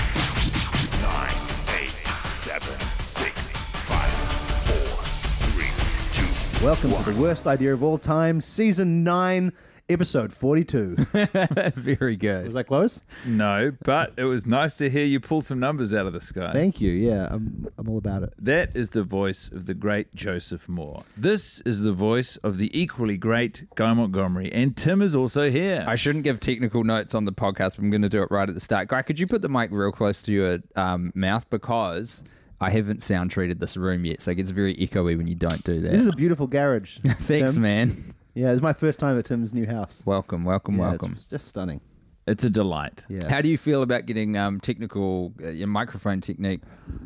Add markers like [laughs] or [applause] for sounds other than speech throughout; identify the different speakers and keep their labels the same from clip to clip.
Speaker 1: Nine, eight, seven, six, five, four, three, two.
Speaker 2: Welcome to the worst idea of all time, season nine, episode forty-two.
Speaker 3: [laughs]
Speaker 4: Very
Speaker 2: [laughs]
Speaker 4: good.
Speaker 2: Was that close?
Speaker 4: no, but it was nice to hear you pull some numbers out of the sky.
Speaker 2: Thank you. Yeah, I'm, I'm all about it.
Speaker 4: that is the voice of the great Joseph Moore. This is the voice of the equally great Guy Montgomery, and Tim is also here.
Speaker 3: I shouldn't give technical notes on the podcast, but I'm going to do it right at the start. Guy, could you put the mic real close to your um, mouth because I haven't sound treated this room yet, so it gets very echoey when you don't do
Speaker 2: This is [laughs]
Speaker 3: [laughs] that.
Speaker 2: a beautiful garage.
Speaker 3: Thanks,
Speaker 2: Tim.
Speaker 3: man.
Speaker 2: Yeah, it's my first time at Tim's new house.
Speaker 3: Welcome, welcome,
Speaker 2: Yeah,
Speaker 3: welcome.
Speaker 2: It's just stunning.
Speaker 4: it's a delight.
Speaker 2: Yeah.
Speaker 3: How do you feel about getting um, technical uh, your microphone technique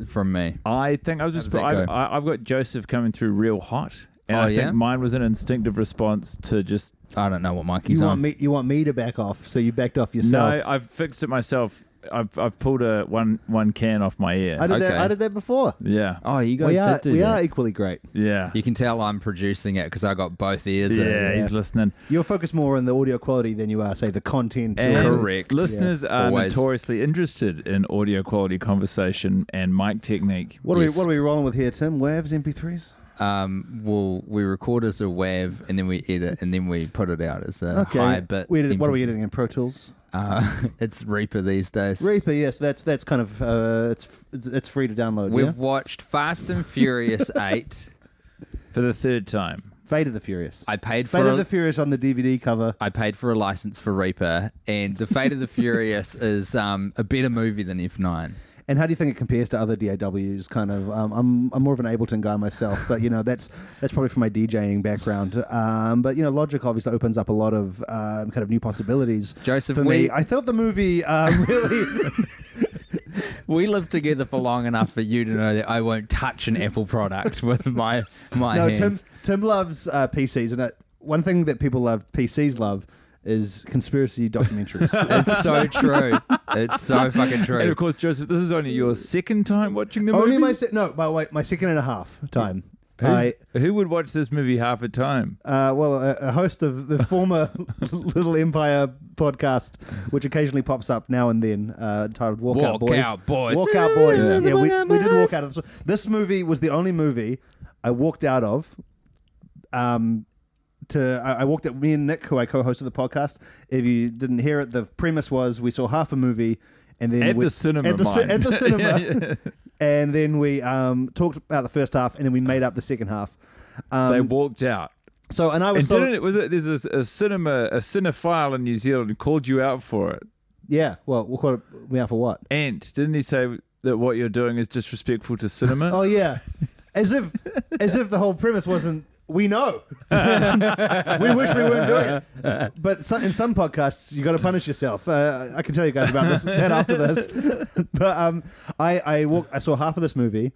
Speaker 3: from me?
Speaker 4: I think I was just.
Speaker 3: does that
Speaker 4: I,
Speaker 3: go?
Speaker 4: I, I've got Joseph coming through real hot, and
Speaker 3: Oh,
Speaker 4: I
Speaker 3: yeah?
Speaker 4: think mine was an instinctive response to just
Speaker 3: I don't know what mic
Speaker 2: You
Speaker 3: he's
Speaker 2: want
Speaker 3: on.
Speaker 2: me? You want me to back off? So you backed off yourself?
Speaker 4: No, I've fixed it myself. I've I've pulled a one one can off my ear.
Speaker 2: I did that.
Speaker 3: okay.
Speaker 2: I did that before.
Speaker 4: yeah,
Speaker 3: oh, you guys
Speaker 2: we are
Speaker 3: did do
Speaker 2: we
Speaker 3: that.
Speaker 2: are equally great.
Speaker 4: yeah,
Speaker 3: You can tell I'm producing it because I got both ears. in.
Speaker 4: yeah. He's listening.
Speaker 2: You're focused more on the audio quality than you are, say, the content.
Speaker 4: And
Speaker 2: or-
Speaker 3: Correct.
Speaker 4: Listeners are
Speaker 3: Always.
Speaker 4: notoriously interested in audio quality conversation and mic technique.
Speaker 2: What are
Speaker 3: Yes.
Speaker 2: we? What are we rolling with here, Tim? Waves, MP3s.
Speaker 3: Um, well, we record as a WAV and then we edit and then we put it out as a
Speaker 2: Okay.
Speaker 3: high bit.
Speaker 2: we did, what are we
Speaker 3: MP3.
Speaker 2: editing in Pro Tools?
Speaker 3: Uh, [laughs] it's Reaper these days.
Speaker 2: Reaper. Yes, that's that's kind of uh, it's, f- it's it's free to download.
Speaker 3: We've
Speaker 2: yeah?
Speaker 3: watched Fast
Speaker 2: [laughs]
Speaker 3: and Furious 8.
Speaker 4: For the third time.
Speaker 2: Fate of the Furious.
Speaker 3: I paid for
Speaker 2: Fate of the
Speaker 3: a,
Speaker 2: Furious on the DVD cover.
Speaker 3: I paid for a license for Reaper, and The Fate of
Speaker 2: [laughs]
Speaker 3: the Furious is um, a better movie than F9.
Speaker 2: And how do you think it compares to other DAWs? Kind of, um, I'm I'm more of an Ableton guy myself, but you know that's that's probably from my DJing background. Um, but you know, Logic obviously opens up a lot of um, kind of new possibilities.
Speaker 3: Joseph,
Speaker 2: for me,
Speaker 3: we-
Speaker 2: I thought the movie uh, [laughs] really.
Speaker 3: We lived together for long enough for you to know that I won't touch an Apple product with my my
Speaker 2: no, Tim
Speaker 3: hands.
Speaker 2: Tim loves uh, PCs, and uh one thing that people love PCs love is conspiracy
Speaker 3: [laughs]
Speaker 2: documentaries.
Speaker 3: It's
Speaker 2: [laughs]
Speaker 3: so true. It's so fucking true.
Speaker 4: And of course, Joseph, this is only your second time watching the movie.
Speaker 2: Only my se- no, my wait, my second and a half time.
Speaker 4: Who's-
Speaker 2: I,
Speaker 4: Who would watch this movie half a time?
Speaker 2: uh, well, a, a host of
Speaker 4: [laughs]
Speaker 2: the former Little Empire podcast, which occasionally pops up now and then, uh, titled Walk, Out
Speaker 3: Walk
Speaker 2: Boys.
Speaker 3: Out Boys.
Speaker 2: Walk Out Boys.
Speaker 3: Yeah.
Speaker 2: Yeah, we, we did walk out of this. This movie was the only movie I walked out of. Um, to I, I walked out. Me and Nick, who I co-hosted the podcast. If you didn't hear it, the premise was we saw half a movie. And then
Speaker 4: At
Speaker 2: we-
Speaker 4: the cinema,
Speaker 2: at the, ci-
Speaker 4: mind.
Speaker 2: at the cinema,
Speaker 4: [laughs]
Speaker 2: [laughs] and then we um, talked about the first half, and then we made up the second half. Um,
Speaker 4: they walked out.
Speaker 2: so, and I was
Speaker 4: And
Speaker 2: sort of-
Speaker 4: didn't it? Was it? There's a, a cinema, a cinephile in New Zealand called you out for it.
Speaker 2: Yeah. Well, we'll call it we out for what?
Speaker 4: And didn't he say that what you're doing is disrespectful to cinema?
Speaker 2: [laughs] Oh yeah. As [laughs] if as if the whole premise wasn't we [laughs] know. we wish we weren't doing it. But so, in some podcasts, you got to punish yourself. Uh, I can tell you [laughs] guys about this that after this. but um, I I walk, I saw half of this movie.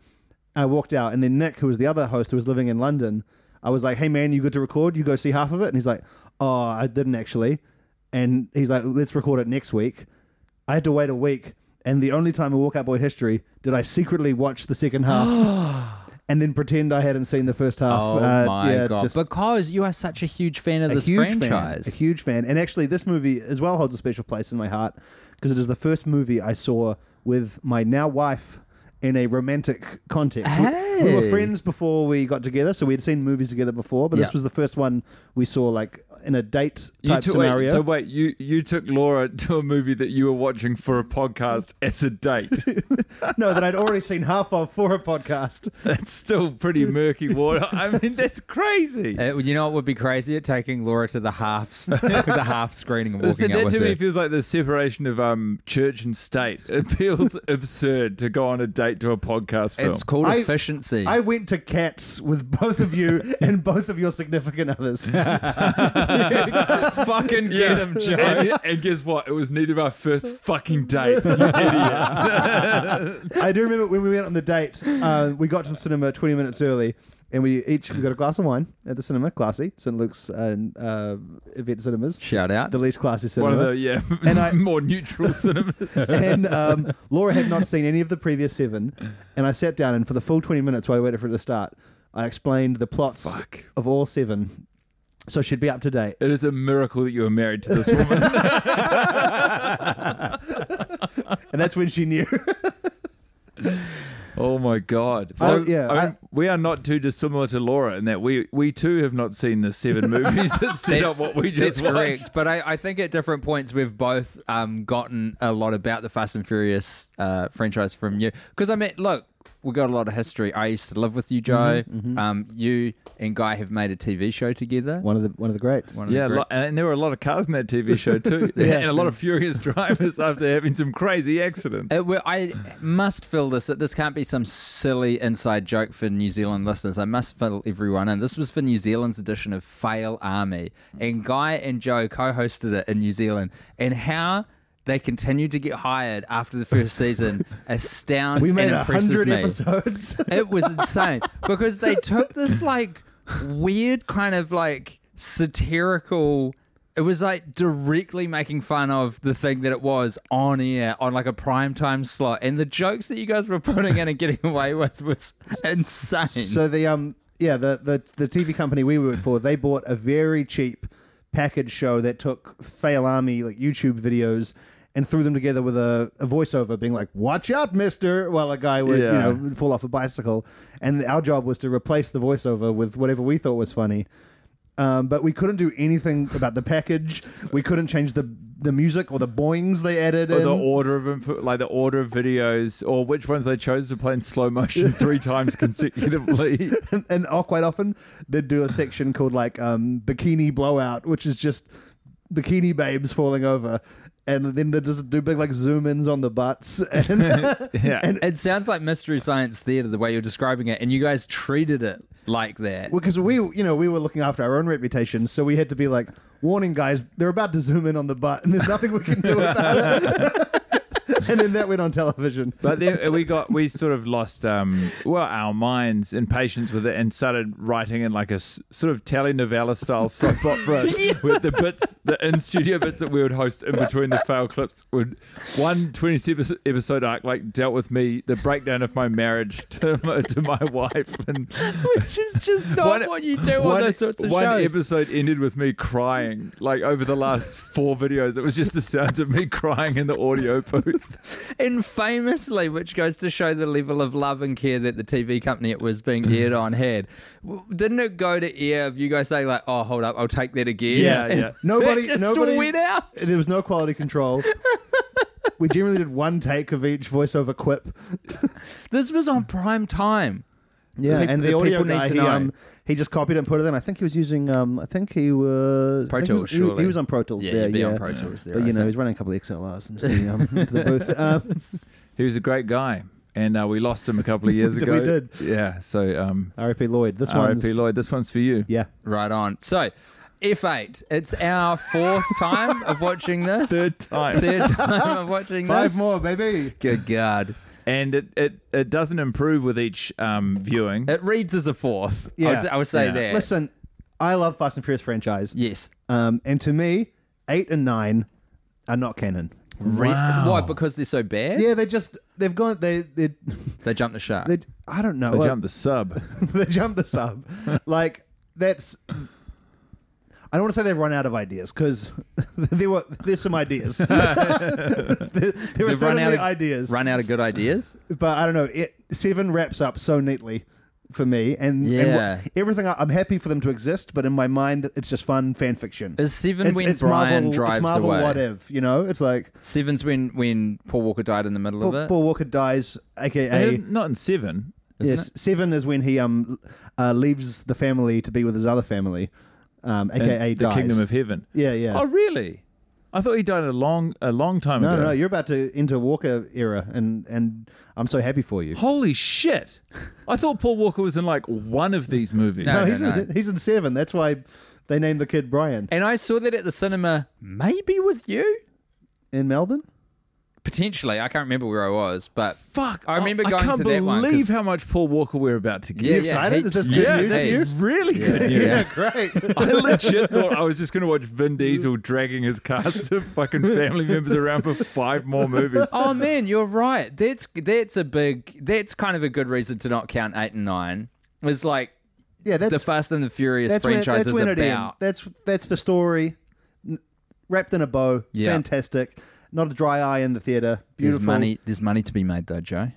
Speaker 2: I walked out, and then Nick, who was the other host who was living in London, I was like, "Hey man, you good to record? You go see half of it?" And he's like, "Oh, I didn't actually." And he's like, "Let's record it next week." I had to wait a week, and the only time in Walkout Boy history did I secretly watch the second half.
Speaker 3: [gasps]
Speaker 2: And then pretend I hadn't seen the first half.
Speaker 3: Oh
Speaker 2: [laughs] Uh,
Speaker 3: my
Speaker 2: yeah,
Speaker 3: god!
Speaker 2: just-
Speaker 3: because you are such a huge fan of
Speaker 2: a
Speaker 3: this
Speaker 2: huge
Speaker 3: franchise.
Speaker 2: fan, a huge fan, and actually, this movie as well holds a special place in my heart because it is the first movie I saw with my now wife in a romantic context. We- We, were
Speaker 3: Hey.
Speaker 2: friends before we got together, so we had seen movies together before, but
Speaker 3: Yeah.
Speaker 2: this was the first one we saw like in a date
Speaker 4: You
Speaker 2: type
Speaker 4: took- wait,
Speaker 2: scenario.
Speaker 4: so wait, you you took Laura to a movie that you were watching for a podcast as a date.
Speaker 2: [laughs] no, that I'd already seen half of for a podcast.
Speaker 4: that's still pretty murky water. [laughs] I mean, that's crazy.
Speaker 3: Uh, you know what would be crazier? Taking Laura to
Speaker 2: [laughs]
Speaker 3: the half, [laughs] the half screening and
Speaker 4: This-
Speaker 3: walking out
Speaker 4: that
Speaker 3: with
Speaker 4: to me
Speaker 3: her.
Speaker 4: feels like the separation of um, church and state. It feels
Speaker 3: [laughs]
Speaker 4: absurd to go on a date to a podcast film.
Speaker 3: It's called
Speaker 2: I-
Speaker 3: efficiency.
Speaker 2: I went to Cats with both of
Speaker 3: [laughs]
Speaker 2: you and both of your significant others.
Speaker 4: [laughs]
Speaker 3: fucking get him, Joe.
Speaker 4: and, and guess what? It was neither of our first fucking dates.
Speaker 3: [laughs]
Speaker 4: You idiot.
Speaker 2: [laughs] I do remember when we went on the date, uh, we got to the cinema 20 minutes early and we each we got a glass of wine at the cinema, classy, St. Luke's uh, uh, event cinemas,
Speaker 3: Shout out.
Speaker 2: the least classy cinema.
Speaker 4: One of the yeah
Speaker 2: And I-
Speaker 4: [laughs] more neutral cinemas.
Speaker 2: [laughs] and um, Laura had not seen any of the previous seven. And I sat down and for the full 20 minutes while I waited for it to start, I explained the plots
Speaker 4: Fuck.
Speaker 2: of all seven. So she'd be up to date.
Speaker 4: It is a miracle that you were married to this woman.
Speaker 3: [laughs]
Speaker 2: And that's when she
Speaker 4: [laughs]
Speaker 2: knew.
Speaker 4: oh my god!
Speaker 2: I-
Speaker 4: So
Speaker 2: yeah,
Speaker 4: I mean,
Speaker 2: I-
Speaker 4: we are not too dissimilar to Laura in that we we too have not seen
Speaker 3: [laughs]
Speaker 4: the seven movies that set up
Speaker 3: That's,
Speaker 4: what we
Speaker 3: that's
Speaker 4: just watched.
Speaker 3: correct. But I, I think at different points we've both um, gotten a lot about the Fast and Furious uh, franchise from you. Because I mean, look, we got a lot of history. I used to live with you, Joe.
Speaker 2: Mm-hmm,
Speaker 3: Um, you and Guy have made a TV show together.
Speaker 2: One of the one of the greats.
Speaker 3: One of the
Speaker 4: Yeah,
Speaker 3: great-
Speaker 4: lo- uh, and there were a lot of cars in that TV show [laughs] too, and a lot of furious [laughs] drivers after having some crazy accidents.
Speaker 3: It, Uh, well, I must fill this. This can't be some silly inside joke for New Zealand listeners. I must fill everyone in. This was for New Zealand's edition of Fail Army, and Guy and Joe co-hosted it in New Zealand. And how they continued to get hired after the
Speaker 2: [laughs]
Speaker 3: first season astounds
Speaker 2: We made
Speaker 3: and
Speaker 2: a
Speaker 3: impresses
Speaker 2: hundred
Speaker 3: me.
Speaker 2: episodes. [laughs]
Speaker 3: It was insane because they took this like weird kind of like satirical. It was like directly making fun of the thing that it was on air on like a prime time slot, and the jokes that you guys were putting in and getting away with was insane.
Speaker 2: So the um yeah the, the the TV company we worked for they bought a very cheap package show that took fail army like YouTube videos and threw them together with a, a voiceover being like watch out mister while a guy would
Speaker 4: Yeah.
Speaker 2: you know fall off a bicycle and our job was to replace the voiceover with whatever we thought was funny um, but we couldn't do anything about the package we couldn't change the the music or the boings they added
Speaker 4: Or
Speaker 2: in.
Speaker 4: the order of input, like the order of videos, or which ones they chose to play in slow motion three [laughs] times consecutively.
Speaker 2: and, and all, quite often they'd do a section called like um, bikini blowout, which is just bikini babes falling over, and then they just do big like zoom ins on the butts. [laughs] And
Speaker 4: yeah,
Speaker 3: it sounds like mystery science theater the way you're describing it, and you guys treated it like that.
Speaker 2: because we, you know, we were looking after our own reputation, so we had to be like, "Warning, guys, they're about to zoom in on the butt, and there's nothing we can do about it." [laughs] and then that went on television.
Speaker 4: but then we got we sort of lost um well our minds and patience with it and started writing in like a s- sort of telenovela style soap
Speaker 3: [laughs]
Speaker 4: opera with the bits the in studio bits that we would host in between the fail clips would one 26 episode arc like dealt with me the breakdown of my marriage [laughs] to my, to my wife and
Speaker 3: [laughs] Which is just not
Speaker 4: One-
Speaker 3: what you do on
Speaker 4: one,
Speaker 3: those sorts of
Speaker 4: one
Speaker 3: shows.
Speaker 4: episode ended with me crying like over the last four videos it was just the sounds of me crying in the audio booth
Speaker 3: and famously, which goes to show the level of love and care that the TV company it was being aired on had. W- Didn't it go to air of you guys saying like, "Oh, hold up, I'll take that again"?
Speaker 4: Yeah,
Speaker 3: And
Speaker 4: yeah.
Speaker 2: Nobody,
Speaker 3: [laughs] it just
Speaker 2: nobody
Speaker 3: went out.
Speaker 2: There was no quality control. we generally did one take of each voiceover quip.
Speaker 3: This was on prime time.
Speaker 2: Yeah,
Speaker 3: People-
Speaker 2: and the
Speaker 3: the
Speaker 2: audio
Speaker 3: people need
Speaker 2: guy,
Speaker 3: to
Speaker 2: he,
Speaker 3: know.
Speaker 2: um, he just copied and put it in. I think he was using, um, I think he was
Speaker 3: Pro
Speaker 2: I think he
Speaker 3: Tools,
Speaker 2: was- He was, he
Speaker 3: surely.
Speaker 2: was on Pro Tools
Speaker 3: Yeah,
Speaker 2: there,
Speaker 3: you'd be
Speaker 2: yeah.
Speaker 3: on Pro Tools there.
Speaker 2: but
Speaker 3: I
Speaker 2: you know,
Speaker 3: think.
Speaker 2: he's running a couple of XLRs into the, [laughs] um, into the booth. Um,
Speaker 4: He was a great guy, and uh, we lost him a couple of
Speaker 2: [laughs]
Speaker 4: years
Speaker 2: We
Speaker 4: ago.
Speaker 2: did.
Speaker 4: yeah. So, um,
Speaker 2: R.I.P. Lloyd. This one's
Speaker 4: R.I.P. Lloyd. This one's for you.
Speaker 2: yeah,
Speaker 3: Right on. So, F8. It's
Speaker 2: [laughs]
Speaker 3: our fourth time of watching this.
Speaker 4: Third time.
Speaker 3: Third time of watching
Speaker 2: five
Speaker 3: this.
Speaker 2: more, baby.
Speaker 3: Good God.
Speaker 4: and it, it, it doesn't improve with each um, viewing.
Speaker 3: It reads as a fourth. I,
Speaker 2: Yeah.
Speaker 3: would, I would say
Speaker 4: Yeah.
Speaker 3: that.
Speaker 2: Listen, I love Fast and Furious franchise.
Speaker 3: Yes.
Speaker 2: Um, and to me, eight and nine are not canon.
Speaker 3: Re- Why? Because they're so bad?
Speaker 2: Yeah, they just they've gone they they
Speaker 3: They jump the shark.
Speaker 2: they I don't know.
Speaker 4: I
Speaker 2: Well,
Speaker 4: jumped
Speaker 2: [laughs]
Speaker 4: the sub.
Speaker 2: they jumped the sub. like that's I don't want to say they've run out of ideas because [laughs] there were there's some
Speaker 3: [laughs]
Speaker 2: ideas. there there were
Speaker 3: They've run
Speaker 2: certainly
Speaker 3: out of-
Speaker 2: ideas,
Speaker 3: Run out of good ideas?
Speaker 2: but I don't know. It seven wraps up so neatly for me, and, and
Speaker 3: Yeah.
Speaker 2: what- everything. I, I'm happy for them to exist, but in my mind, it's just fun fan fiction.
Speaker 3: Is Seven
Speaker 2: it's,
Speaker 3: when
Speaker 2: it's
Speaker 3: Brian
Speaker 2: Marvel,
Speaker 3: drives
Speaker 2: it's Marvel
Speaker 3: away?
Speaker 2: What if you know? It's like
Speaker 3: Seven's when, when Paul Walker died in the middle
Speaker 2: Paul,
Speaker 3: of it.
Speaker 2: Paul Walker dies, aka.
Speaker 4: It is- Not in seven.
Speaker 2: Yes, seven is when he um uh, leaves the family to be with his other family, um,
Speaker 4: in
Speaker 2: aka
Speaker 4: the
Speaker 2: dies.
Speaker 4: Kingdom of Heaven.
Speaker 2: Yeah, yeah.
Speaker 4: Oh, really? I thought he died a long, a long time
Speaker 2: No,
Speaker 4: ago.
Speaker 2: no, no, you're about to enter Walker era, and and I'm so happy for you. [laughs]
Speaker 4: Holy shit! I thought Paul Walker was in like one of these movies.
Speaker 3: Oh, No.
Speaker 2: No, he's
Speaker 3: no.
Speaker 2: in, he's in seven. That's why they named the kid Brian
Speaker 3: And I saw that at the cinema, maybe with you?
Speaker 2: in Melbourne.
Speaker 3: Potentially. I can't remember where I was, but.
Speaker 4: Fuck!
Speaker 3: I remember
Speaker 4: I
Speaker 3: going
Speaker 4: can't
Speaker 3: to that
Speaker 4: believe
Speaker 3: one, 'cause-
Speaker 4: how much Paul Walker we're about to
Speaker 3: Yeah,
Speaker 4: get.
Speaker 2: excited? Is this
Speaker 3: heaps.
Speaker 2: good
Speaker 4: Yeah,
Speaker 2: news to
Speaker 4: that's
Speaker 2: you?
Speaker 4: really good news.
Speaker 2: great.
Speaker 4: [laughs] I legit thought I was just going to watch Vin Diesel dragging his cast of fucking [laughs] family members around for five more movies.
Speaker 3: [laughs] Oh man, you're right. That's that's a big. That's kind of a good reason to not count eight and nine. Is like
Speaker 2: yeah, that's
Speaker 3: the Fast and the Furious
Speaker 2: that's when,
Speaker 3: franchise
Speaker 2: that's when
Speaker 3: is
Speaker 2: it
Speaker 3: about.
Speaker 2: ends. That's that's the story, n- wrapped in a bow.
Speaker 3: Yeah.
Speaker 2: Fantastic. Not a dry eye in the theater.
Speaker 3: There's
Speaker 2: Beautiful
Speaker 3: money. There's money to be made though, Joe.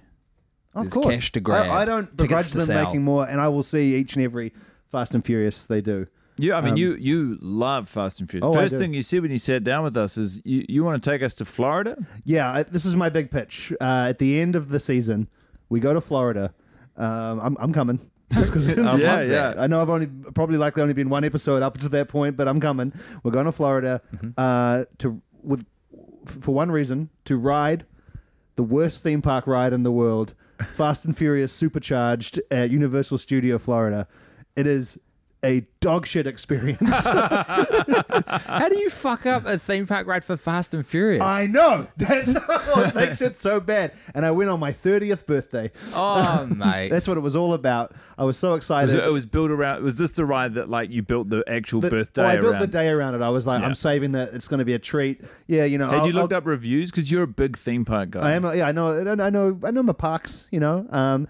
Speaker 2: Of
Speaker 3: There's
Speaker 2: course.
Speaker 3: cash to grab,
Speaker 2: I, I don't
Speaker 3: tickets
Speaker 2: begrudge
Speaker 3: to
Speaker 2: them
Speaker 3: sell.
Speaker 2: making more, and I will see each and every Fast and Furious they do.
Speaker 4: Yeah, I mean,
Speaker 2: Um,
Speaker 4: you you love Fast and Furious.
Speaker 2: Oh, I
Speaker 4: First
Speaker 2: do.
Speaker 4: thing you said when you sat down with us is you, you want to take us to Florida.
Speaker 2: Yeah, I, this is my big pitch. Uh, at the end of the season, we go to Florida. Um, I'm, I'm coming. Just [laughs] 'cause-
Speaker 4: Yeah,
Speaker 3: love
Speaker 4: yeah.
Speaker 3: that.
Speaker 2: I know I've only probably likely only been one episode up to that point, but I'm coming. We're going to Florida
Speaker 4: Mm-hmm.
Speaker 2: uh, to with for one reason to ride the worst theme park ride in the
Speaker 4: [laughs]
Speaker 2: world, Fast and Furious Supercharged at Universal Studio Florida. It is a dog shit
Speaker 4: [laughs]
Speaker 2: experience.
Speaker 3: How do you fuck up a theme park ride for Fast and Furious?
Speaker 2: I know that's [laughs] what makes it so bad. And I went on my 30th birthday. [laughs]
Speaker 3: oh mate,
Speaker 2: That's what it was all about. I was so excited.
Speaker 4: So it was built around. Was this the ride that like you built the actual
Speaker 2: The-
Speaker 4: birthday
Speaker 2: oh, I
Speaker 4: around?
Speaker 2: built the day around it. I was like,
Speaker 4: Yeah.
Speaker 2: I'm saving that. It's going to be a treat. Yeah, you know.
Speaker 4: Had
Speaker 2: I'll-
Speaker 4: you looked
Speaker 2: I'll-
Speaker 4: up reviews? Because you're a big theme park guy.
Speaker 2: [laughs] I
Speaker 4: [laughs]
Speaker 2: am. Yeah, I know. I know- I know. I know my parks. You know. Um,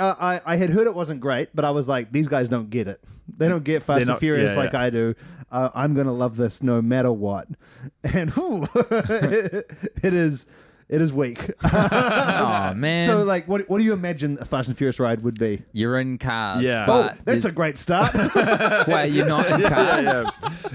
Speaker 2: I, I I had heard it wasn't great, but I was like, these guys don't get it. They don't get Fast
Speaker 4: They're
Speaker 2: and
Speaker 4: not-
Speaker 2: Furious
Speaker 4: yeah,
Speaker 2: like
Speaker 4: yeah.
Speaker 2: I do. Uh, I'm gonna love this no matter what. [laughs] And ooh, [laughs] it is. It is weak. [laughs]
Speaker 3: oh man.
Speaker 2: so, like, what, what do you imagine a Fast and Furious ride would be?
Speaker 3: you're in cars.
Speaker 4: Yeah.
Speaker 2: Oh,
Speaker 3: but
Speaker 2: that's
Speaker 3: there's-
Speaker 2: a great start.
Speaker 3: Wait, you're not
Speaker 2: [laughs]
Speaker 3: in
Speaker 4: yeah,
Speaker 3: cars.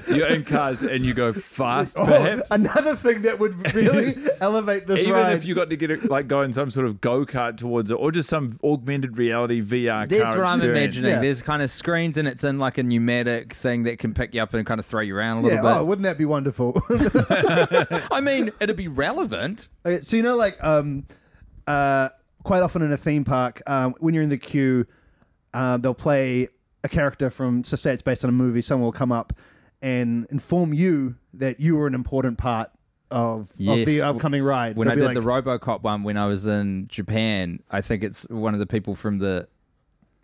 Speaker 4: yeah. You're in cars and you go fast,
Speaker 2: [laughs] Oh,
Speaker 4: perhaps.
Speaker 2: another thing that would really
Speaker 3: [laughs]
Speaker 2: elevate this
Speaker 4: Even
Speaker 2: ride.
Speaker 4: if you got to get it, like go in some sort of go kart towards it, or just some augmented reality VR.
Speaker 3: That's
Speaker 4: car
Speaker 3: what I'm
Speaker 4: experience.
Speaker 3: imagining.
Speaker 2: Yeah.
Speaker 3: There's kind of screens and it's in like a pneumatic thing that can pick you up and kind of throw you around a little
Speaker 2: yeah,
Speaker 3: bit.
Speaker 2: oh, wouldn't that be wonderful? [laughs]
Speaker 3: I mean, it'd be relevant.
Speaker 2: Okay, so you know, like, um, uh, quite often in a theme park, um, when you're in the queue, uh, they'll play a character from, so say it's based on a movie. Someone will come up and inform you that you were an important part of, of
Speaker 3: Yes.
Speaker 2: the upcoming ride.
Speaker 3: When
Speaker 2: They'll
Speaker 3: I
Speaker 2: be
Speaker 3: did
Speaker 2: like,
Speaker 3: the RoboCop one when I was in Japan, I think it's one of the people from the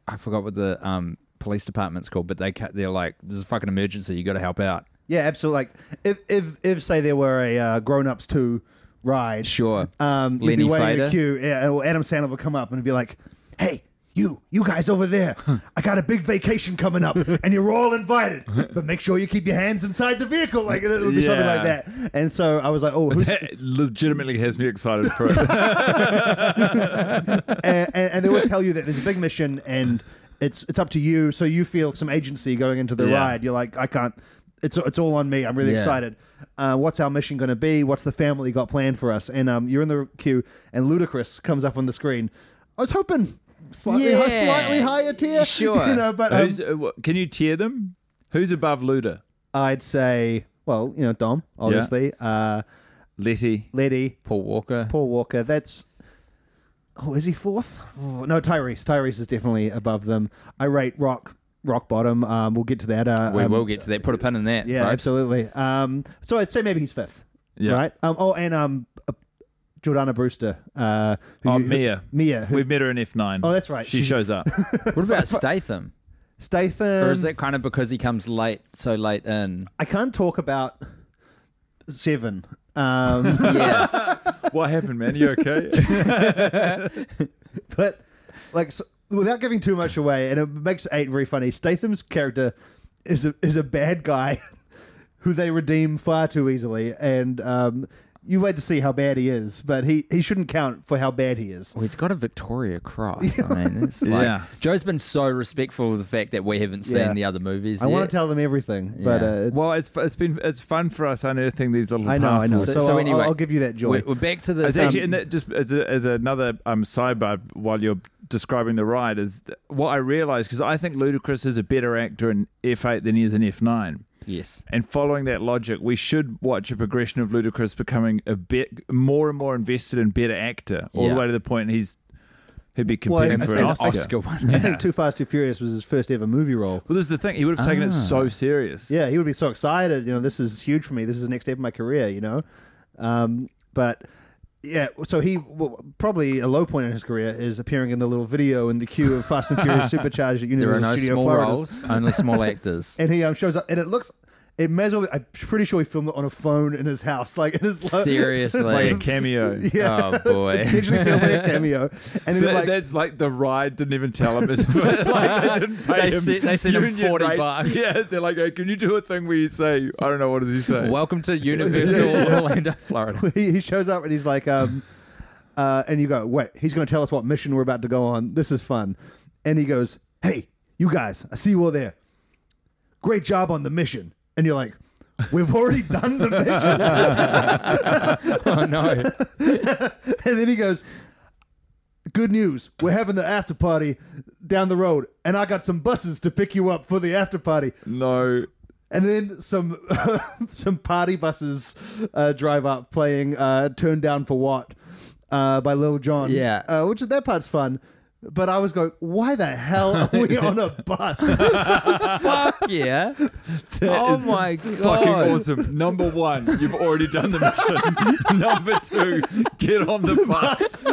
Speaker 3: I forgot what the um, police department's called, but they ca- they're like, "There's a fucking emergency. You got to help out."
Speaker 2: yeah, absolutely. Like, if if if say there were a uh, grown ups two ride,
Speaker 3: Sure.
Speaker 2: Um, you'd
Speaker 3: Lenny
Speaker 2: be waiting in
Speaker 3: Fader.
Speaker 2: the queue. Yeah, and Adam Sandler would come up and be like, "Hey, you, you guys over there, I got a big vacation coming up, and you're all invited. But make sure you keep your hands inside the vehicle. Like it would be something
Speaker 4: Yeah.
Speaker 2: like that." And so I was like, "Oh, who's?"
Speaker 4: That legitimately has me excited for
Speaker 2: [laughs]
Speaker 4: it.
Speaker 2: and, and, and they would tell you that there's a big mission, and it's it's up to you. So you feel some agency going into the
Speaker 4: Yeah.
Speaker 2: ride. You're like, "I can't. It's it's all on me. I'm really
Speaker 3: Yeah.
Speaker 2: excited." Uh, what's our mission going to be? What's the family got planned for us? And um, you're in the queue, and Ludacris comes up on the screen. I was hoping slightly,
Speaker 3: Yeah.
Speaker 2: slightly higher tier. [laughs]
Speaker 3: Sure.
Speaker 2: You know, but um,
Speaker 4: Who's, uh, what- can you tier them? Who's above Luda?
Speaker 2: I'd say, well, you know, Dom, obviously, uh,
Speaker 4: Letty.
Speaker 2: Letty,
Speaker 3: Paul Walker.
Speaker 2: Paul Walker. That's. Oh, is he fourth? Oh, no, Tyrese. Tyrese is definitely above them. I rate Rock, Rock Bottom. Um, we'll get to that. Uh,
Speaker 3: we
Speaker 2: um,
Speaker 3: will get to that. Put a pin in that.
Speaker 2: Yeah,
Speaker 3: folks.
Speaker 2: absolutely. Um, so I'd say maybe he's fifth.
Speaker 4: Yeah.
Speaker 2: Right. Um, oh, and um, uh, Jordana Brewster. Uh, who
Speaker 4: Oh,
Speaker 2: you-
Speaker 4: Mia.
Speaker 2: Mia. Who,
Speaker 4: We've met her in F9.
Speaker 2: Oh, that's right.
Speaker 4: She,
Speaker 2: She- [laughs]
Speaker 4: shows up.
Speaker 3: What about Statham?
Speaker 2: Statham.
Speaker 3: Or is it kind of because he comes late, so late in?
Speaker 2: I can't talk about Seven. Um,
Speaker 3: Yeah.
Speaker 4: what happened, man? You okay?
Speaker 2: but like so, without giving too much away, and it makes eight very funny. Statham's character is a, is a bad guy [laughs] who they redeem far too easily, and um, you wait to see how bad he is. But he he shouldn't count for how bad he is.
Speaker 3: Well, Oh, he's got a
Speaker 2: [laughs]
Speaker 3: Victoria Cross. I mean, it's like
Speaker 4: Yeah.
Speaker 3: Joe's been so respectful of the fact that we haven't seen
Speaker 2: Yeah.
Speaker 3: the other movies.
Speaker 2: I
Speaker 3: yet.
Speaker 2: want to tell them everything, but uh,
Speaker 3: Yeah.
Speaker 2: it's,
Speaker 4: [laughs]
Speaker 2: [laughs]
Speaker 4: well, it's it's been it's fun for us unearthing these little.
Speaker 2: I know, I know.
Speaker 4: passwords.
Speaker 2: So, um,
Speaker 3: So- so
Speaker 2: I'll,
Speaker 3: anyway,
Speaker 2: I'll, I'll give you that joy.
Speaker 3: We're, we're back to the. um,
Speaker 4: It's actually, and that just as, a, as another um, sidebar while you're describing the ride is th- what I realized because I think Ludacris is a better actor in F8 than he is in F9.
Speaker 3: yes.
Speaker 4: And following that logic, we should watch a progression of Ludacris becoming a bit more and more invested and better actor, all
Speaker 3: Yeah.
Speaker 4: the way to the point he's he'd be
Speaker 2: Well,
Speaker 4: competing
Speaker 2: I
Speaker 4: for an
Speaker 2: think
Speaker 4: Oscar.
Speaker 3: Oscar one.
Speaker 2: I think Too Fast, Too Furious was his first ever movie role.
Speaker 4: Well, this is the thing. He would have taken it so serious.
Speaker 2: Yeah, he would be so excited. You know, this is huge for me. This is the next step of my career. You know, um, but yeah. So he well, probably a low point in his career is appearing in the little video in the queue of Fast and
Speaker 3: [laughs]
Speaker 2: Furious Supercharged at
Speaker 3: There
Speaker 2: Universal
Speaker 3: are no
Speaker 2: Studio
Speaker 3: small
Speaker 2: Florida.
Speaker 3: roles, only small
Speaker 4: [laughs]
Speaker 3: actors.
Speaker 2: And he um, shows up, and it looks. It may as well. Be, I'm pretty sure he filmed it on a phone in his house, [laughs] like in his lo-
Speaker 4: Like a [laughs]
Speaker 3: Seriously.
Speaker 4: cameo.
Speaker 2: Yeah,
Speaker 3: Oh, boy.
Speaker 2: it's essentially filming
Speaker 3: [laughs]
Speaker 2: a cameo, and then
Speaker 4: That-
Speaker 2: like,
Speaker 4: that's like the ride didn't even tell him. [laughs] It's like they didn't pay
Speaker 3: They
Speaker 4: him.
Speaker 3: sent- they sent him
Speaker 4: union
Speaker 3: 40
Speaker 4: rates.
Speaker 3: bucks.
Speaker 4: [laughs] Yeah, they're like, hey, can you do a thing where you say, I don't know, what does he say?
Speaker 3: Welcome
Speaker 4: [laughs]
Speaker 3: to Universal Orlando, Florida.
Speaker 2: [laughs] he, he shows up and he's like, um, uh, and you go, wait, he's going to tell us what mission we're about to go on. This is fun. And he goes, hey, you guys, I see you all there. Great job on the mission. And you're like, we've already [laughs] done the mission.
Speaker 3: Oh no.
Speaker 2: and then he goes, good news. We're having the after party down the road, and I got some buses to pick you up for the after party.
Speaker 4: no.
Speaker 2: And then some [laughs] some party buses uh, drive up playing uh, "Turn Down for What" uh, by Lil Jon.
Speaker 3: Yeah.
Speaker 2: uh, which that part's fun. But I was going, why the hell are we on a bus? [laughs] It's
Speaker 3: Fuck yeah.
Speaker 4: [laughs]
Speaker 3: oh my god.
Speaker 4: Fucking awesome. Number one, you've already done the mission. [laughs] Number two, get on [laughs] the bus.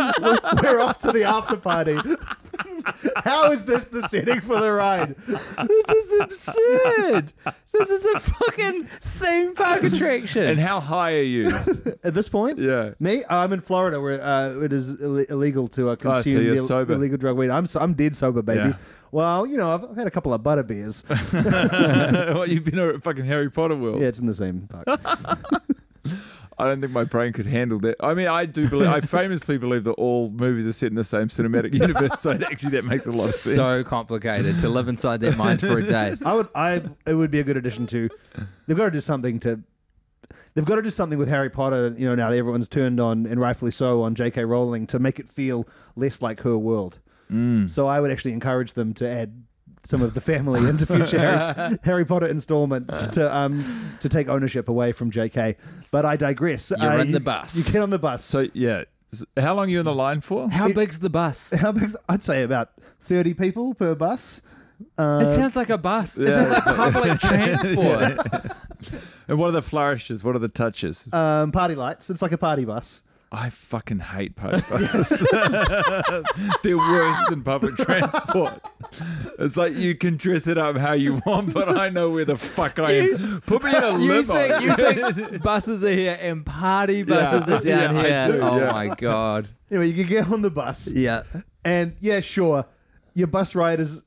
Speaker 2: We're off to the after party. [laughs] How is this the setting for the ride?
Speaker 3: This is absurd. this is a fucking theme
Speaker 4: [laughs]
Speaker 3: park attraction.
Speaker 4: and how high are you?
Speaker 2: At this point,
Speaker 4: Yeah.
Speaker 2: me, I'm in Florida where uh, it is Ill- illegal to uh,
Speaker 4: Oh, so
Speaker 2: consume
Speaker 4: you're
Speaker 2: the
Speaker 4: sober.
Speaker 2: illegal drug weed. I'm so, I'm dead sober, baby.
Speaker 4: Yeah.
Speaker 2: Well, you know, I've, I've had a couple of butter
Speaker 4: [laughs]
Speaker 2: beers.
Speaker 4: [laughs] well, you've been over at fucking Harry Potter world.
Speaker 2: yeah, it's in the same park.
Speaker 4: I don't think my brain could handle that. I mean, I do believe, [laughs] I famously believe that all movies are set in the same cinematic [laughs] universe. So actually, that makes a lot of sense.
Speaker 3: so complicated to live inside their mind
Speaker 4: [laughs]
Speaker 3: for a day.
Speaker 2: I would. I. It would be a good addition to. They've got to do something to. They've got to do something with Harry Potter. You know, now that everyone's turned on, and rightfully so, on J.K. Rowling to make it feel less like her world.
Speaker 3: Mm.
Speaker 2: So I would actually encourage them to add some of the family into future Harry,
Speaker 3: [laughs]
Speaker 2: Harry Potter installments to um to take ownership away from J.K. But I digress.
Speaker 3: You're
Speaker 2: Uh,
Speaker 3: in
Speaker 2: you-
Speaker 3: the bus.
Speaker 2: You get on the bus. So
Speaker 4: So yeah, S- how long are you in the line for?
Speaker 3: How big's the
Speaker 4: [laughs]
Speaker 2: [laughs]
Speaker 3: bus?
Speaker 2: how big? I'd say about thirty people per bus.
Speaker 4: Uh,
Speaker 2: Uh,
Speaker 3: it sounds like a bus. It sounds like public
Speaker 4: [laughs]
Speaker 3: transport.
Speaker 4: And what are the flourishes? What are the touches?
Speaker 2: Um, party lights. It's like a party bus.
Speaker 4: I fucking hate [laughs] public buses. [laughs] They're worse than [laughs] public transport. It's like you can dress it up how you want, but I know where the fuck I am. Put me in a
Speaker 3: You
Speaker 4: limo.
Speaker 3: think, you think buses are here and party buses are
Speaker 4: Yeah,
Speaker 3: down
Speaker 4: I
Speaker 3: here?
Speaker 4: do,
Speaker 3: oh
Speaker 4: yeah.
Speaker 3: my god.
Speaker 2: Anyway, you can get on the bus.
Speaker 3: Yeah.
Speaker 2: And yeah, sure, your bus ride is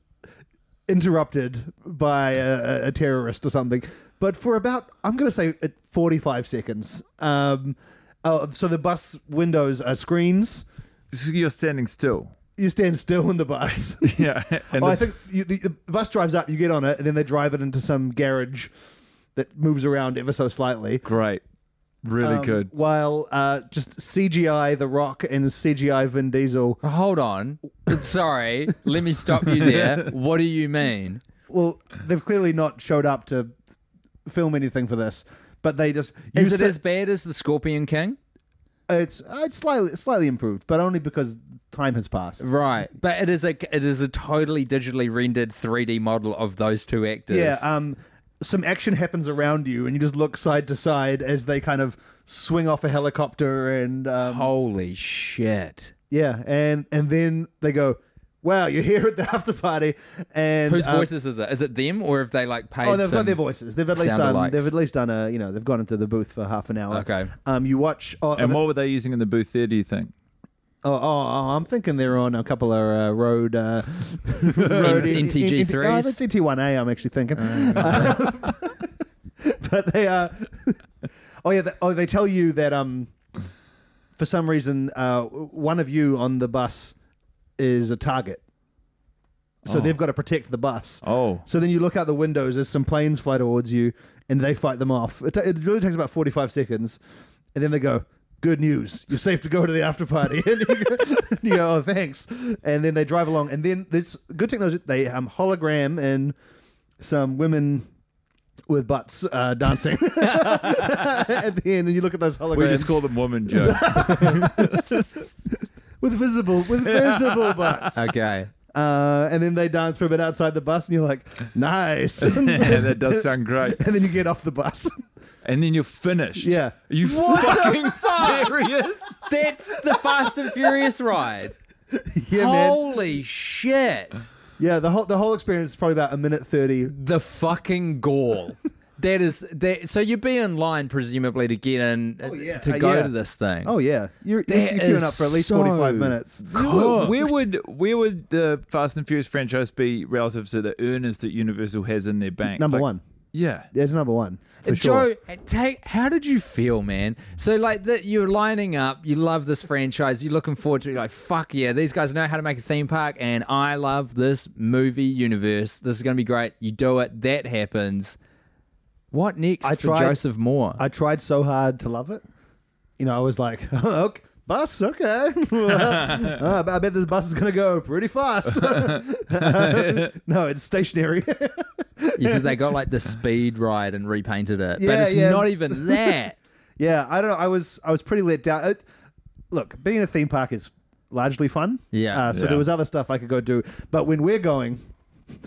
Speaker 2: interrupted by a, a- a terrorist or something. But for about, I'm going to say uh, 45 seconds. Um, oh, so the bus windows are screens.
Speaker 4: You're standing still.
Speaker 2: You stand still in the bus.
Speaker 4: [laughs] Yeah. [laughs] And
Speaker 2: oh,
Speaker 4: the-
Speaker 2: I think you, the, the bus drives up, you get on it, and then they drive it into some garage that moves around ever so slightly.
Speaker 4: great. Really
Speaker 2: Um,
Speaker 4: good.
Speaker 2: While uh, just CGI The Rock and CGI Vin Diesel
Speaker 3: Hold on. Sorry. Let me stop you
Speaker 4: [laughs]
Speaker 3: there. What do you mean?
Speaker 2: Well, they've clearly not showed up to film anything for this, but they just you
Speaker 3: Is it
Speaker 2: said-
Speaker 3: as bad as the Scorpion King?
Speaker 2: it's uh, it's slightly slightly improved, but only because time has passed.
Speaker 3: Right, but it is a it is a totally digitally rendered 3D model of those two actors.
Speaker 2: Yeah. Um. some action happens around you, and you just look side to side as they kind of swing off a helicopter, and um,
Speaker 3: Holy shit.
Speaker 2: yeah, and and then they go, "Wow, you're here at the after party," and
Speaker 3: Whose
Speaker 2: um,
Speaker 3: voices is it? Is it them or have they like paid?
Speaker 2: Oh, they've
Speaker 3: some-
Speaker 2: got their voices. They've at least done.
Speaker 3: sound-alikes.
Speaker 2: They've at least done a. You know, they've gone into the booth for half an hour.
Speaker 3: Okay.
Speaker 2: Um, you watch. Oh,
Speaker 4: [laughs] And what were they using in the booth there, do you think?
Speaker 2: Oh, oh, oh, I'm thinking they're on a couple of uh, road uh, [laughs] road
Speaker 3: In- MTG3s.
Speaker 2: Oh, that's NT1A. I'm actually thinking, [laughs] but they are. oh yeah. They, oh, they tell you that um, for some reason, uh, one of you on the bus is a target, so they've got to protect the bus.
Speaker 4: Oh.
Speaker 2: So then you look out the windows as some planes fly towards you, and they fight them off. It, ta- it really takes about 45 seconds, and then they go. Good news! You're safe to go to the after party. [laughs] And you go, you go, "Oh, thanks!" And then they drive along, and then this good technology. They um, hologram and some women with butts uh, dancing [laughs] at the end, and you look at those holograms
Speaker 4: We just call them woman, [laughs] Joe.
Speaker 2: with visible with visible
Speaker 4: [laughs]
Speaker 2: butts. [laughs]
Speaker 3: Okay.
Speaker 2: Uh, and then they dance for a bit outside the bus, and you're like, nice. [laughs] and
Speaker 4: yeah, that does sound great.
Speaker 2: then you get off the bus.
Speaker 4: And then you're finished.
Speaker 2: Yeah.
Speaker 4: Are you fucking serious?
Speaker 3: That's the Fast and Furious ride.
Speaker 2: yeah, man.
Speaker 3: Holy shit.
Speaker 2: Yeah, the whole the whole experience is probably about a minute thirty.
Speaker 3: The fucking gall. That is that. So you'd be in line presumably to get in uh,
Speaker 2: yeah.
Speaker 3: to
Speaker 2: Uh,
Speaker 3: go
Speaker 2: yeah.
Speaker 3: to this thing.
Speaker 2: Oh yeah, you're, you're
Speaker 3: That
Speaker 2: queuing
Speaker 3: is
Speaker 2: up for at least
Speaker 3: so
Speaker 2: forty five minutes.
Speaker 3: Cooked.
Speaker 4: Where would where would the Fast and Furious franchise be relative to the earners that Universal has in their bank?
Speaker 2: Number
Speaker 4: Like-
Speaker 2: one,
Speaker 4: Yeah.
Speaker 2: it's number one for sure.
Speaker 3: Joe, take, how did you feel, man? So, like, that you're lining up, you love this franchise, you're looking forward to it, you're like, fuck yeah, these guys know how to make a theme park, and I love this movie universe. This is going to be great. You do it, that happens. What next
Speaker 2: I
Speaker 3: for
Speaker 2: tried-
Speaker 3: Joseph Moore?
Speaker 2: I tried so hard to love it. You know, I was like, [laughs] okay, bus, okay. [laughs] Uh, I bet this bus is gonna go pretty
Speaker 3: [laughs]
Speaker 2: fast. [laughs] no, it's stationary.
Speaker 3: you
Speaker 2: [laughs]
Speaker 3: said they got, like, the speed ride and repainted it, but
Speaker 2: Yeah,
Speaker 3: it's
Speaker 2: yeah.
Speaker 3: not
Speaker 2: [laughs]
Speaker 3: even that.
Speaker 2: yeah, I don't know. I was I was pretty let down. It, look, being a theme park is largely fun.
Speaker 3: Yeah.
Speaker 2: Uh, so
Speaker 4: Yeah.
Speaker 2: there was other stuff I could go do, but when we're going, [laughs]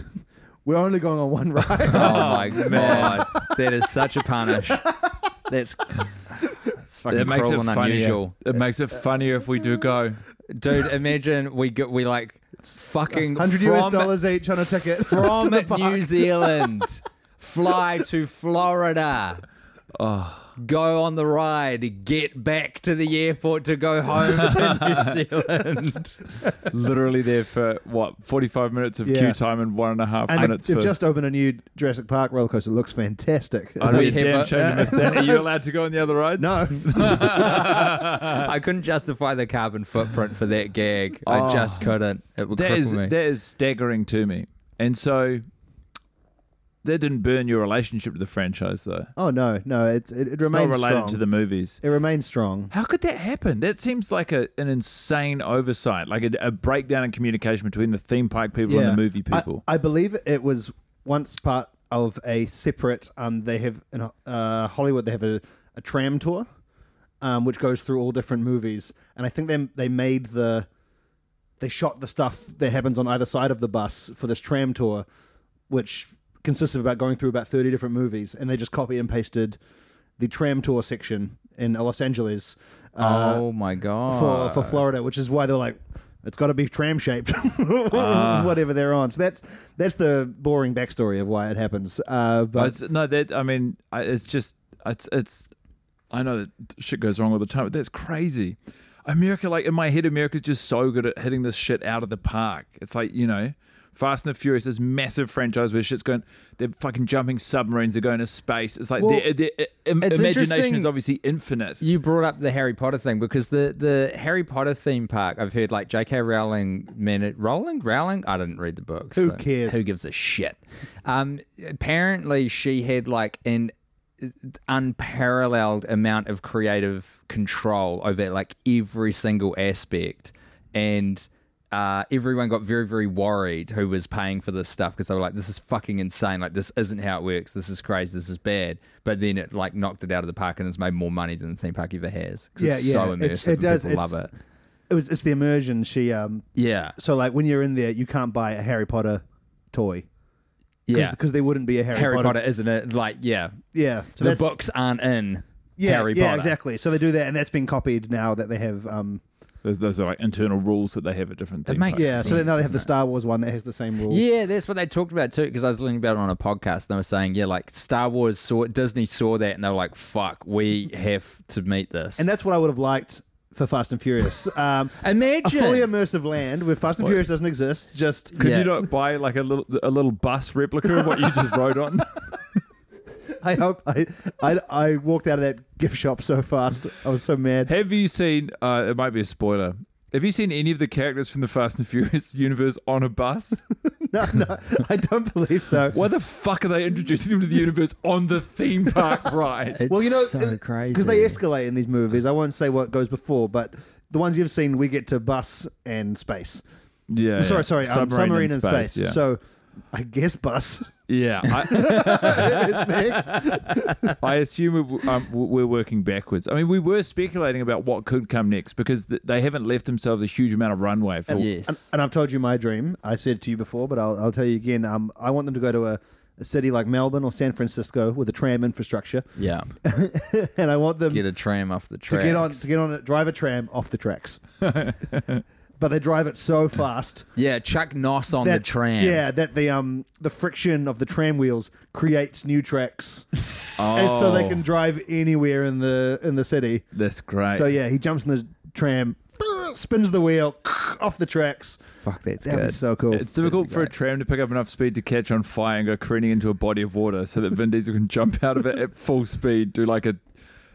Speaker 2: we're only going on one ride.
Speaker 3: oh,
Speaker 4: [laughs]
Speaker 3: my God. That is such a punish. That's. It's fucking
Speaker 4: It makes
Speaker 3: cruel
Speaker 4: it
Speaker 3: and
Speaker 4: funnier.
Speaker 3: unusual.
Speaker 4: It makes it funnier if we do go.
Speaker 3: Dude, imagine we go, we like fucking
Speaker 2: Hundred
Speaker 3: from,
Speaker 2: US dollars each on a ticket [laughs]
Speaker 3: from
Speaker 2: to the park.
Speaker 3: New Zealand, fly to Florida,
Speaker 4: Oh.
Speaker 3: go on the ride, get back to the airport to go home to
Speaker 4: [laughs]
Speaker 3: New Zealand.
Speaker 4: Literally there for what, forty five minutes of
Speaker 2: Yeah.
Speaker 4: queue time and one and a half
Speaker 2: And
Speaker 4: minutes
Speaker 2: they've
Speaker 4: for
Speaker 2: just opened a new Jurassic Park roller coaster. It looks fantastic.
Speaker 4: I'd be
Speaker 2: [laughs]
Speaker 3: We
Speaker 4: a
Speaker 3: have
Speaker 4: damn
Speaker 3: a-
Speaker 4: shame to miss that. Are you allowed to go on the other ride?
Speaker 2: no, [laughs]
Speaker 3: I couldn't justify the carbon footprint for that gag. I just couldn't. It would
Speaker 4: Oh. That
Speaker 3: cripple
Speaker 4: is
Speaker 3: me.
Speaker 4: that is staggering to me. And so that didn't burn your relationship to the franchise though.
Speaker 2: oh no, no. It's it, it
Speaker 4: It's not
Speaker 2: remains
Speaker 4: related
Speaker 2: strong.
Speaker 4: to the movies.
Speaker 2: It remains strong.
Speaker 4: How could that happen? That seems like a, an insane oversight, like a, a breakdown in communication between the theme park people and the movie
Speaker 2: I-
Speaker 4: people.
Speaker 2: I, believe it was once part of a separate. Um, they have in uh, Hollywood. They have a, a tram tour, um, which goes through all different movies, and I think they they made the they shot the stuff that happens on either side of the bus for this tram tour, which consists of about going through about thirty different movies, and they just copied and pasted the tram tour section in Los Angeles. Uh,
Speaker 3: oh my
Speaker 2: for
Speaker 3: god!
Speaker 2: for Florida, which is why they're like, it's got to be tram [laughs] shaped,
Speaker 3: Ah.
Speaker 2: whatever they're on. So that's that's the boring backstory of why it happens. Uh,
Speaker 4: But
Speaker 2: but
Speaker 4: it's, no, that I mean, I, it's just it's it's. I know that shit goes wrong all the time, but that's crazy. America, like in my head, America's just so good at hitting this shit out of the park. It's like you know, Fast and the Furious, this massive franchise where shit's going. They're fucking jumping submarines. They're going to space. It's like
Speaker 3: Well,
Speaker 4: their, their im-
Speaker 3: it's
Speaker 4: imagination
Speaker 3: interesting-
Speaker 4: is obviously infinite.
Speaker 3: You brought up the Harry Potter thing because the the Harry Potter theme park. I've heard like J.K. Rowling, man, it- Rowling, Rowling. I didn't read the books.
Speaker 2: Who cares?
Speaker 3: Who gives a shit? Um, apparently, she had like an unparalleled amount of creative control over like every single aspect, and. Uh, everyone got very, very worried who was paying for this stuff because they were like, "This is fucking insane! Like, this isn't how it works. This is crazy. This is bad." But then it like knocked it out of the park and has made more money than the theme park ever has. 'cause it's so immersive.
Speaker 2: It,
Speaker 3: and
Speaker 2: it does.
Speaker 3: People
Speaker 2: it's,
Speaker 3: love it.
Speaker 2: it was, it's the immersion. She um.
Speaker 3: Yeah.
Speaker 2: So like when you're in there, you can't buy a Harry Potter toy.
Speaker 3: Yeah.
Speaker 2: because there wouldn't be a Harry,
Speaker 3: Harry Potter, isn't it? Like, yeah.
Speaker 2: Yeah, so
Speaker 3: the
Speaker 2: that's-
Speaker 3: books aren't in
Speaker 2: yeah,
Speaker 3: Harry
Speaker 2: yeah,
Speaker 3: Potter.
Speaker 2: exactly. So they do that, and that's been copied now that they have. Um,
Speaker 4: Those, those are like internal rules that they have at different
Speaker 3: That
Speaker 4: theme
Speaker 3: makes
Speaker 4: parks.
Speaker 2: yeah, so they, now they have the
Speaker 3: Sense, isn't it?
Speaker 2: Star Wars one that has the same rule.
Speaker 3: Yeah, that's what they talked about too. Because I was listening about it on a podcast, and they were saying, yeah, like Star Wars saw Disney saw that, and they were like, "Fuck, we have to meet this."
Speaker 2: and that's what I would have liked for Fast and Furious.
Speaker 3: [laughs]
Speaker 2: Um, a
Speaker 3: Imagine.
Speaker 2: fully immersive land where Fast and Furious doesn't exist. Just
Speaker 4: Could
Speaker 3: Yeah.
Speaker 4: you not buy like a little a little bus replica of what you just rode on?
Speaker 2: I hope I, I I walked out of that gift shop so fast. I was so mad.
Speaker 4: [laughs] Have you seen? Uh, it might be a spoiler. Have you seen any of the characters from the Fast and Furious [laughs] universe on a bus?
Speaker 2: No, no, I don't believe so.
Speaker 4: Why the fuck are they introducing them to the universe on the theme [laughs] park ride?
Speaker 3: It's
Speaker 2: Well, you know,
Speaker 3: so crazy
Speaker 2: because they escalate in these movies. I won't say what goes before, but the ones you've seen, we get to bus and space.
Speaker 4: Yeah.
Speaker 2: sorry,
Speaker 4: yeah.
Speaker 2: sorry, um, submarine and space.
Speaker 4: Yeah.
Speaker 2: So I guess bus [laughs]
Speaker 4: yeah. I,
Speaker 2: is next. [laughs]
Speaker 4: I assume it, w- um, w- we're working backwards. I mean, we were speculating about what could come next because th- they haven't left themselves a huge amount of runway for.
Speaker 2: And,
Speaker 3: Yes.
Speaker 2: and I've told you my dream. I said to you before, but I'll, I'll tell you again. Um, I want them to go to a, a city like Melbourne or San Francisco with a tram infrastructure, [laughs]
Speaker 3: Yeah.
Speaker 2: and I want them
Speaker 3: Get a tram off the track.
Speaker 2: to get on to get on it, drive a tram off the tracks. [laughs] but they drive it so fast
Speaker 3: Yeah, Chuck Noss on the
Speaker 2: that
Speaker 3: tram.
Speaker 2: Yeah, that the um the friction of the tram wheels creates new tracks, and so they can drive anywhere in the in the city.
Speaker 4: That's great.
Speaker 2: So yeah, he jumps in the tram, [laughs] spins the wheel [laughs] off the tracks.
Speaker 3: Fuck, that's
Speaker 2: That'd be
Speaker 3: good.
Speaker 2: so cool.
Speaker 4: It's difficult for a tram to pick up enough speed to catch on fire and go careening into a body of water so that Vin Diesel can [laughs] jump out of it at full speed, do like a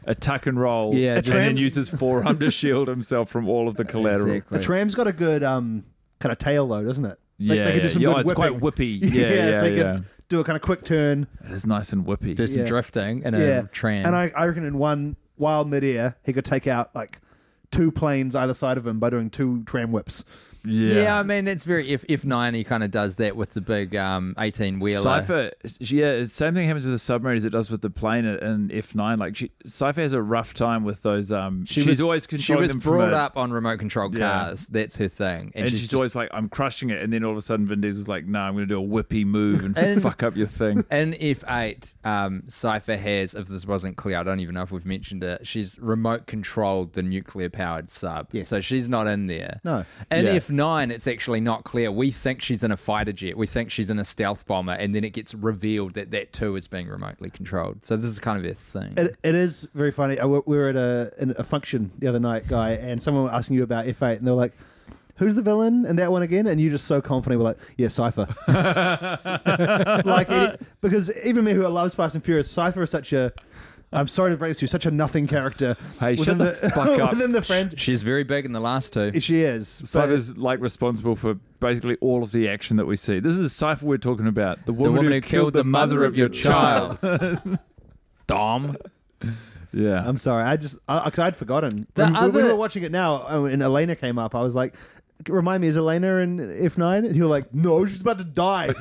Speaker 4: a tuck and roll,
Speaker 3: Yeah,
Speaker 4: and
Speaker 3: just-
Speaker 4: then use his [laughs] forearm to shield himself from all of the collateral.
Speaker 3: Exactly.
Speaker 2: the tram's got a good um kind of tail though, doesn't it? [laughs] They-
Speaker 4: Yeah,
Speaker 2: they can do
Speaker 4: yeah,
Speaker 2: some
Speaker 4: yeah, Oh,
Speaker 2: good
Speaker 4: it's quite
Speaker 2: whipping.
Speaker 4: whippy.
Speaker 3: [laughs]
Speaker 4: Yeah, yeah,
Speaker 2: so you
Speaker 4: yeah.
Speaker 2: can do a kind of quick turn.
Speaker 4: It is nice and whippy.
Speaker 3: Do some
Speaker 2: Yeah.
Speaker 3: drifting in
Speaker 2: yeah,
Speaker 3: a tram.
Speaker 2: And I, I reckon in one wild midair, he could take out like two planes either side of him by doing two tram whips.
Speaker 3: yeah. I mean that's very F F nine. He kind of does that with the big um eighteen wheeler.
Speaker 4: Cypher, yeah, it's same thing happens with the submarine as it does with the plane in F9. Like, she, Cypher has a rough time with those. Um, she's always
Speaker 3: she
Speaker 4: controlling
Speaker 3: was
Speaker 4: them from
Speaker 3: brought
Speaker 4: a-
Speaker 3: up on remote controlled
Speaker 4: Yeah.
Speaker 3: cars. That's her thing, and,
Speaker 4: And she's,
Speaker 3: she's, just-
Speaker 4: always like, I'm crushing it. And then all of a sudden, Vin Diesel's like, no, I'm going to do a whippy move and,
Speaker 3: And-
Speaker 4: fuck up
Speaker 3: [laughs]
Speaker 4: your thing.
Speaker 3: In F8, um, Cypher has, if this wasn't clear, I don't even know if we've mentioned it, she's remote controlled the nuclear powered sub.
Speaker 2: Yes.
Speaker 3: So she's not in there.
Speaker 2: No.
Speaker 3: In
Speaker 4: Yeah.
Speaker 3: F9, it's actually not clear. We think she's in a fighter jet, we think she's in a stealth bomber, and then it gets revealed that that too is being remotely controlled. So this is kind of their thing.
Speaker 2: It, it is very funny. I, we were at a in a function the other night, guy, and someone was asking you about F8, and they were like, "Who's the villain in that one again?" And you just so confident were like, "Yeah, [laughs] Cipher." like it, because even me who loves Fast and Furious, Cipher is such a. I'm sorry to break this to you, such a nothing character.
Speaker 4: Hey, shut the
Speaker 3: [laughs]
Speaker 4: fuck
Speaker 2: [laughs]
Speaker 4: up.
Speaker 2: Within the friend,
Speaker 3: she's very big in the last two.
Speaker 2: she is. but-
Speaker 4: Cypher's like responsible for basically all of the action that we see. This is Cypher we're talking about.
Speaker 3: the
Speaker 4: The woman,
Speaker 3: woman who killed the mother of your child. [laughs] Dom.
Speaker 4: [laughs] Yeah.
Speaker 2: I'm sorry. I just I, 'cause I'd forgotten.
Speaker 3: The
Speaker 2: when, when we
Speaker 3: other-
Speaker 2: were watching it now, uh, and Elena came up, I was like, "Remind me, is Elena in If 9 And you were like, "No, she's about to
Speaker 3: [laughs]
Speaker 2: die."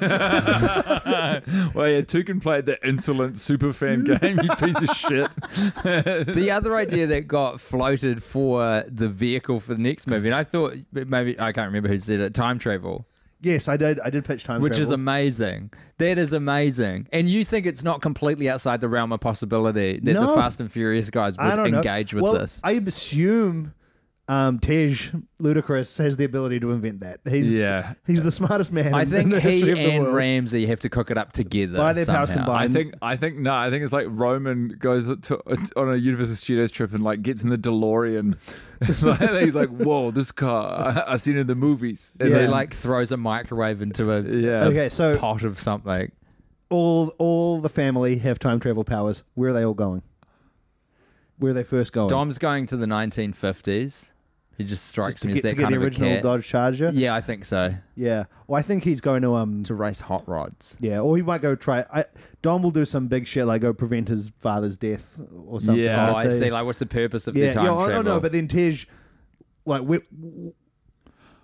Speaker 4: well, yeah, two can play the insolent
Speaker 3: [laughs]
Speaker 4: superfan game, you piece of shit.
Speaker 3: the other idea that got floated for the vehicle for the next movie, and I thought maybe I can't remember who said it, time travel,
Speaker 2: yes, I did. I did pitch time,
Speaker 3: which is
Speaker 2: travel.
Speaker 3: amazing. That is amazing, and you think it's not completely outside the realm of possibility that the
Speaker 2: No.
Speaker 3: Fast and Furious guys
Speaker 2: I
Speaker 3: would
Speaker 2: don't know.
Speaker 3: engage with
Speaker 2: well,
Speaker 3: this.
Speaker 2: I assume um, Tej Ludacris has the ability to invent that. He's
Speaker 4: Yeah.
Speaker 2: he's the smartest man.
Speaker 3: I
Speaker 2: in
Speaker 3: think
Speaker 2: [laughs] the history
Speaker 3: he
Speaker 2: of the
Speaker 3: and
Speaker 2: world.
Speaker 3: Ramsey have to cook it up together.
Speaker 2: By their powers
Speaker 3: somehow.
Speaker 2: combined.
Speaker 4: I think, I think, no, I think it's like Roman goes to, on a Universal Studios trip and like gets in the DeLorean. [laughs] Like, he's like, whoa, this car, I, have seen it in the movies. And
Speaker 3: And he
Speaker 4: then,
Speaker 3: like throws a microwave into a
Speaker 4: yeah.
Speaker 2: Okay, so
Speaker 3: pot of something.
Speaker 2: all all the family have time travel powers. Where are they all going? Where are they first going?
Speaker 3: Dom's going to the 1950s. He just strikes
Speaker 2: Just to
Speaker 3: me
Speaker 2: get,
Speaker 3: as that
Speaker 2: to get
Speaker 3: kind
Speaker 2: the
Speaker 3: of
Speaker 2: original
Speaker 3: a cat.
Speaker 2: Dodge Charger.
Speaker 3: Yeah, I think so.
Speaker 2: Yeah. Well, I think he's going to um.
Speaker 3: To race hot rods.
Speaker 2: Yeah, or he might go try. I, Don will do some big shit like go prevent his father's death or something.
Speaker 4: Yeah.
Speaker 3: Oh,
Speaker 2: like
Speaker 3: I
Speaker 2: they-
Speaker 3: see. Like, what's the purpose of
Speaker 2: yeah,
Speaker 3: the time
Speaker 2: yeah. I
Speaker 3: travel?
Speaker 2: don't know, but then Tej, like, wh-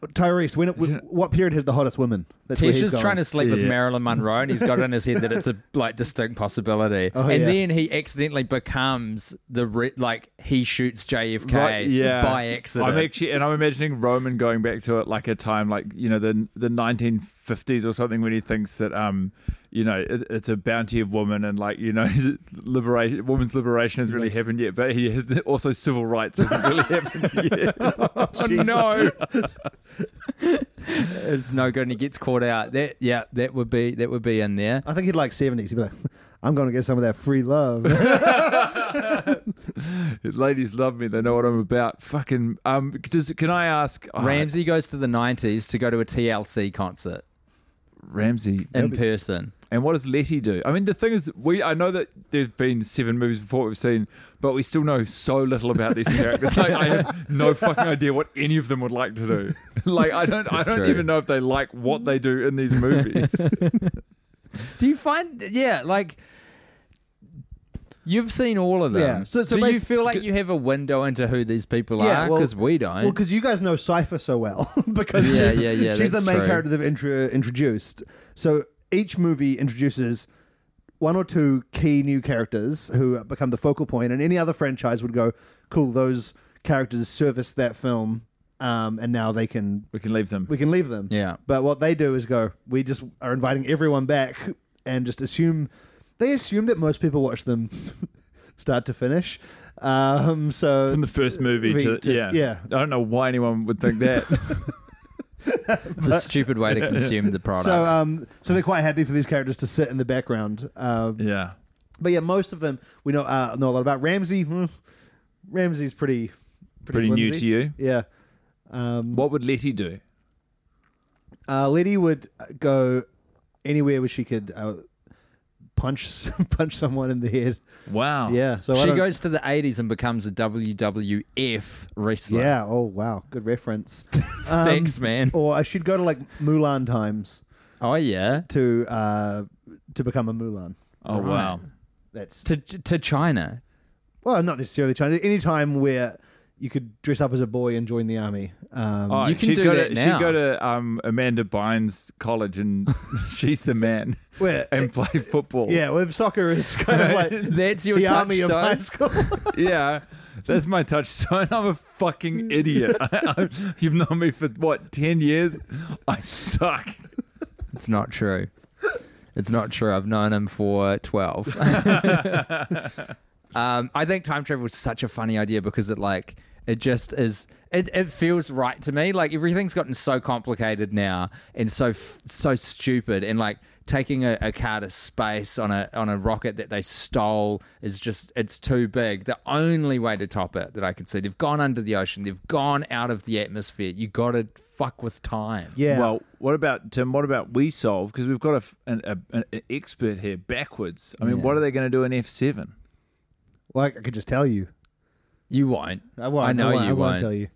Speaker 2: wh- Tyrese, when it, wh- what period had the hottest women? That's where
Speaker 3: Tish
Speaker 2: he's
Speaker 3: is
Speaker 2: going.
Speaker 3: trying to sleep with
Speaker 4: Yeah.
Speaker 3: Marilyn Monroe, and he's got it in his head that
Speaker 4: [laughs]
Speaker 3: it's a like distinct possibility.
Speaker 2: Oh,
Speaker 3: and
Speaker 2: yeah.
Speaker 3: then he accidentally becomes the re- like he shoots JFK
Speaker 4: Right, yeah.
Speaker 3: by accident. [laughs]
Speaker 4: I'm actually, and I'm imagining Roman going back to it like a time like you know the the 1950s or something when he thinks that um you know, it, it's a bounty of woman and like, you know, [laughs] liberation, women's liberation hasn't really happened yet, but he has also civil rights hasn't really [laughs] happened yet. oh, no.
Speaker 3: [laughs] It's no good, and he gets caught out. That yeah, that would be that would be in there.
Speaker 2: I think he'd like 70s. He'd be like, I'm going to get some of that free love.
Speaker 4: [laughs] Ladies love me. They know what I'm about. Fucking, um, does, can I ask? oh,
Speaker 3: Ramsey goes to the '90s to go to a TLC concert
Speaker 4: Ramsey.
Speaker 3: in person.
Speaker 4: And what does Letty do? I mean, the thing is, we I know that there've been seven movies before we've seen, but we still know so little about these characters. Like, I have no fucking idea what any of them would like to do. [laughs] Like, I don't, I
Speaker 3: That's
Speaker 4: don't
Speaker 3: true.
Speaker 4: even know if they like what they do in these movies.
Speaker 3: Do you find yeah like? You've seen all of them.
Speaker 2: Yeah, so- so
Speaker 3: Do you
Speaker 2: basi-
Speaker 3: feel like you have a window into who these people are?
Speaker 2: well-
Speaker 3: Because we don't.
Speaker 2: Well, because you guys know Cypher so well. [laughs] because
Speaker 3: Yeah,
Speaker 2: she's,
Speaker 3: yeah, yeah,
Speaker 2: she's the
Speaker 3: that's
Speaker 2: main
Speaker 3: true.
Speaker 2: character they've intro- introduced. So each movie introduces one or two key new characters who become the focal point, and any other franchise would go, cool, those characters service that film, um, and now they can.
Speaker 4: we can leave them.
Speaker 2: We can leave them.
Speaker 3: Yeah.
Speaker 2: But what they do is go, we just are inviting everyone back and just assume, they assume that most people watch them [laughs] start to finish. Um, so
Speaker 4: From the first movie to,
Speaker 2: Read to-
Speaker 4: yeah,
Speaker 2: yeah.
Speaker 4: I don't know why anyone would think that.
Speaker 3: it's a stupid way to consume
Speaker 2: [laughs]
Speaker 3: the product.
Speaker 2: So, um, so they're quite happy for these characters to sit in the background. Uh,
Speaker 4: yeah,
Speaker 2: But yeah, most of them we know uh, know a lot about. Ramsey, hmm, Ramsey's pretty,
Speaker 4: pretty
Speaker 2: pretty,
Speaker 4: new
Speaker 2: flimsy.
Speaker 4: to you.
Speaker 2: Yeah. Um,
Speaker 4: What would Letty do?
Speaker 2: uh, Letty would go anywhere where she could uh, punch [laughs] punch someone in the head.
Speaker 4: Wow.
Speaker 2: Yeah. So I
Speaker 3: she
Speaker 2: don't-
Speaker 3: goes to the 80s and becomes a WWF wrestler.
Speaker 2: Yeah. Oh wow, good
Speaker 4: [laughs]
Speaker 2: reference. Um,
Speaker 3: Thanks, man.
Speaker 2: Or I should go to like Mulan times
Speaker 3: Oh, yeah.
Speaker 2: to uh, to become a Mulan.
Speaker 4: Oh
Speaker 3: Right.
Speaker 4: wow.
Speaker 2: That's
Speaker 3: To,
Speaker 2: [laughs]
Speaker 3: to China.
Speaker 2: Well, not necessarily China. Any time where you could dress up as a boy and join the army. Um,
Speaker 4: Oh,
Speaker 3: You can
Speaker 4: she'd
Speaker 3: do
Speaker 4: go
Speaker 3: that
Speaker 4: to,
Speaker 3: now.
Speaker 4: She'd go to um, Amanda Bynes College and [laughs] she's the man
Speaker 2: Where-
Speaker 4: and
Speaker 3: [laughs]
Speaker 4: play football.
Speaker 2: yeah, with soccer is [laughs] kind of like
Speaker 3: That's oh. your
Speaker 2: the army of
Speaker 3: touchstone.
Speaker 2: high school.
Speaker 3: [laughs]
Speaker 4: yeah. That's my touchstone. I'm a fucking idiot.
Speaker 3: [laughs]
Speaker 4: [laughs] I, I, you've known me for what ten years? I suck.
Speaker 3: It's not true. It's not true. I've known him for 12. um, I think time travel is such a funny idea because it like it just is it, it feels right to me. Like everything's gotten so complicated now and so f- so stupid and like taking a, a car to space on a on a rocket that they stole is just it's too big. The only way to top it that I can see, they've gone under the ocean, they've gone out of the atmosphere. You got to fuck with time.
Speaker 2: Yeah.
Speaker 4: Well, what about Tim? What about we solve? Because we've got a f- an, a, an expert here backwards. I mean, what are they going to do in F seven?
Speaker 2: well, I I could just tell you.
Speaker 3: You won't.
Speaker 2: I won't.
Speaker 3: I know
Speaker 2: won't,
Speaker 3: you
Speaker 2: I won't,
Speaker 3: won't.
Speaker 2: tell you.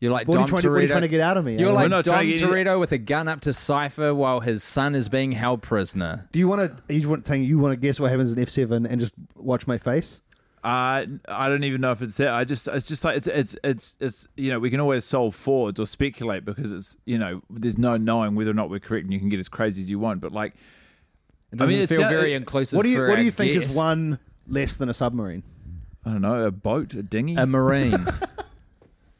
Speaker 3: You're like
Speaker 2: What are
Speaker 3: Dom
Speaker 2: you trying to- what are you
Speaker 3: Toretto.
Speaker 2: trying to get out of me?
Speaker 3: You're
Speaker 2: I'm
Speaker 3: like
Speaker 4: not
Speaker 3: Dom
Speaker 4: trying to get-
Speaker 3: Toretto with a gun up to Cipher while his son is being held prisoner.
Speaker 2: Do you want to? You just want to? You want to guess what happens in F seven and just watch my face?
Speaker 4: Uh, I don't even know if it's that. I just, it's just like it's, it's, it's, it's. You know, we can always solve forwards or speculate because it's, you know, there's no knowing whether or not we're correct, and you can get as crazy as you want. But like,
Speaker 3: It doesn't
Speaker 4: mean, it's
Speaker 3: feel
Speaker 4: not-
Speaker 3: very inclusive.
Speaker 2: What do you?
Speaker 3: for
Speaker 2: What do
Speaker 3: our
Speaker 2: you think is
Speaker 3: guest.
Speaker 2: one less than a submarine?
Speaker 4: I don't know, a boat, a dinghy.
Speaker 2: [laughs]
Speaker 3: A marine.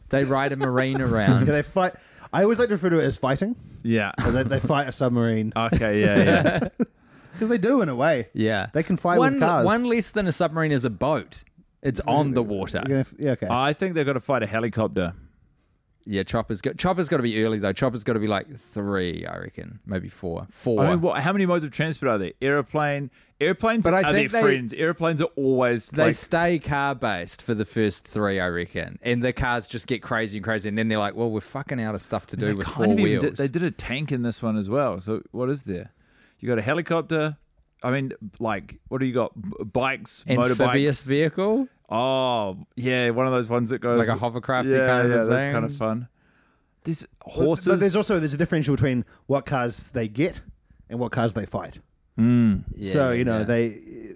Speaker 3: they ride a marine around.
Speaker 2: Yeah, they fight. I always like to refer to it as fighting.
Speaker 4: yeah.
Speaker 2: They, they fight a
Speaker 3: [laughs]
Speaker 2: submarine
Speaker 4: Okay. Yeah. Yeah. [laughs]
Speaker 2: because they do in a way.
Speaker 3: yeah,
Speaker 2: They can fly with
Speaker 3: one,
Speaker 2: cars.
Speaker 3: One less than a submarine is a boat. It's on the water.
Speaker 2: You're gonna- Yeah. Okay.
Speaker 4: I think they've got to fight a helicopter.
Speaker 3: Yeah, Chopper's got Chopper's got to be early though. Chopper's got to be like three, I reckon, maybe four, four.
Speaker 4: I mean, what, how many modes of transport are there? Airplane. Airplanes
Speaker 3: But I
Speaker 4: are
Speaker 3: think
Speaker 4: their
Speaker 3: they-
Speaker 4: friends. Airplanes are always
Speaker 3: They
Speaker 4: like,
Speaker 3: stay car based for the first three, I reckon, and the cars just get crazy and crazy, and then they're like, "Well, we're fucking out of stuff to do
Speaker 4: they
Speaker 3: with
Speaker 4: kind
Speaker 3: four
Speaker 4: of even
Speaker 3: wheels."
Speaker 4: Did, they did a tank in this one as well. So what is there? You got a helicopter. I mean, like, what do you got? B- bikes,
Speaker 3: Amphibious
Speaker 4: motorbikes.
Speaker 3: vehicle.
Speaker 4: Oh, yeah, one of those ones that goes
Speaker 3: Like a hovercrafty
Speaker 4: yeah,
Speaker 3: kind of
Speaker 4: yeah, that's
Speaker 3: thing.
Speaker 4: kind of fun. There's
Speaker 2: But-
Speaker 4: horses.
Speaker 2: But there's also there's a differential between what cars they get and what cars they fight.
Speaker 3: Yeah,
Speaker 2: so
Speaker 3: yeah,
Speaker 2: you know
Speaker 3: yeah.
Speaker 2: they eh,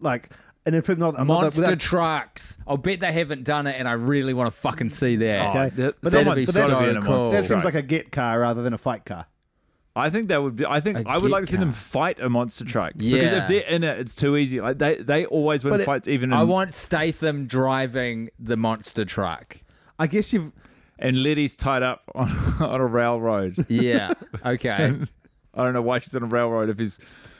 Speaker 2: like an infant. Not, I'm not that-
Speaker 3: monster
Speaker 2: without-
Speaker 3: trucks. I'll bet they haven't done it, and I really want to fucking see that.
Speaker 4: Oh,
Speaker 2: Okay.
Speaker 4: that-
Speaker 2: But
Speaker 4: someone's
Speaker 2: that's- so
Speaker 4: gotta
Speaker 2: that's-
Speaker 4: be in a
Speaker 3: so cool.
Speaker 4: monster
Speaker 2: that seems
Speaker 4: truck.
Speaker 2: like a get car rather than a fight car.
Speaker 4: I think that would be. I think
Speaker 3: A
Speaker 4: I would like
Speaker 3: get
Speaker 4: to see them
Speaker 3: car.
Speaker 4: fight a monster truck. Because
Speaker 3: Yeah.
Speaker 4: if they're in it, it's too easy. Like they, they always win
Speaker 2: But it-
Speaker 4: fights, even in,
Speaker 3: I want Statham driving the monster
Speaker 4: [laughs]
Speaker 3: truck.
Speaker 2: I guess you've
Speaker 4: and Letty's tied up on, on a railroad.
Speaker 3: Yeah. Okay.
Speaker 4: I don't know why she's on a railroad if he's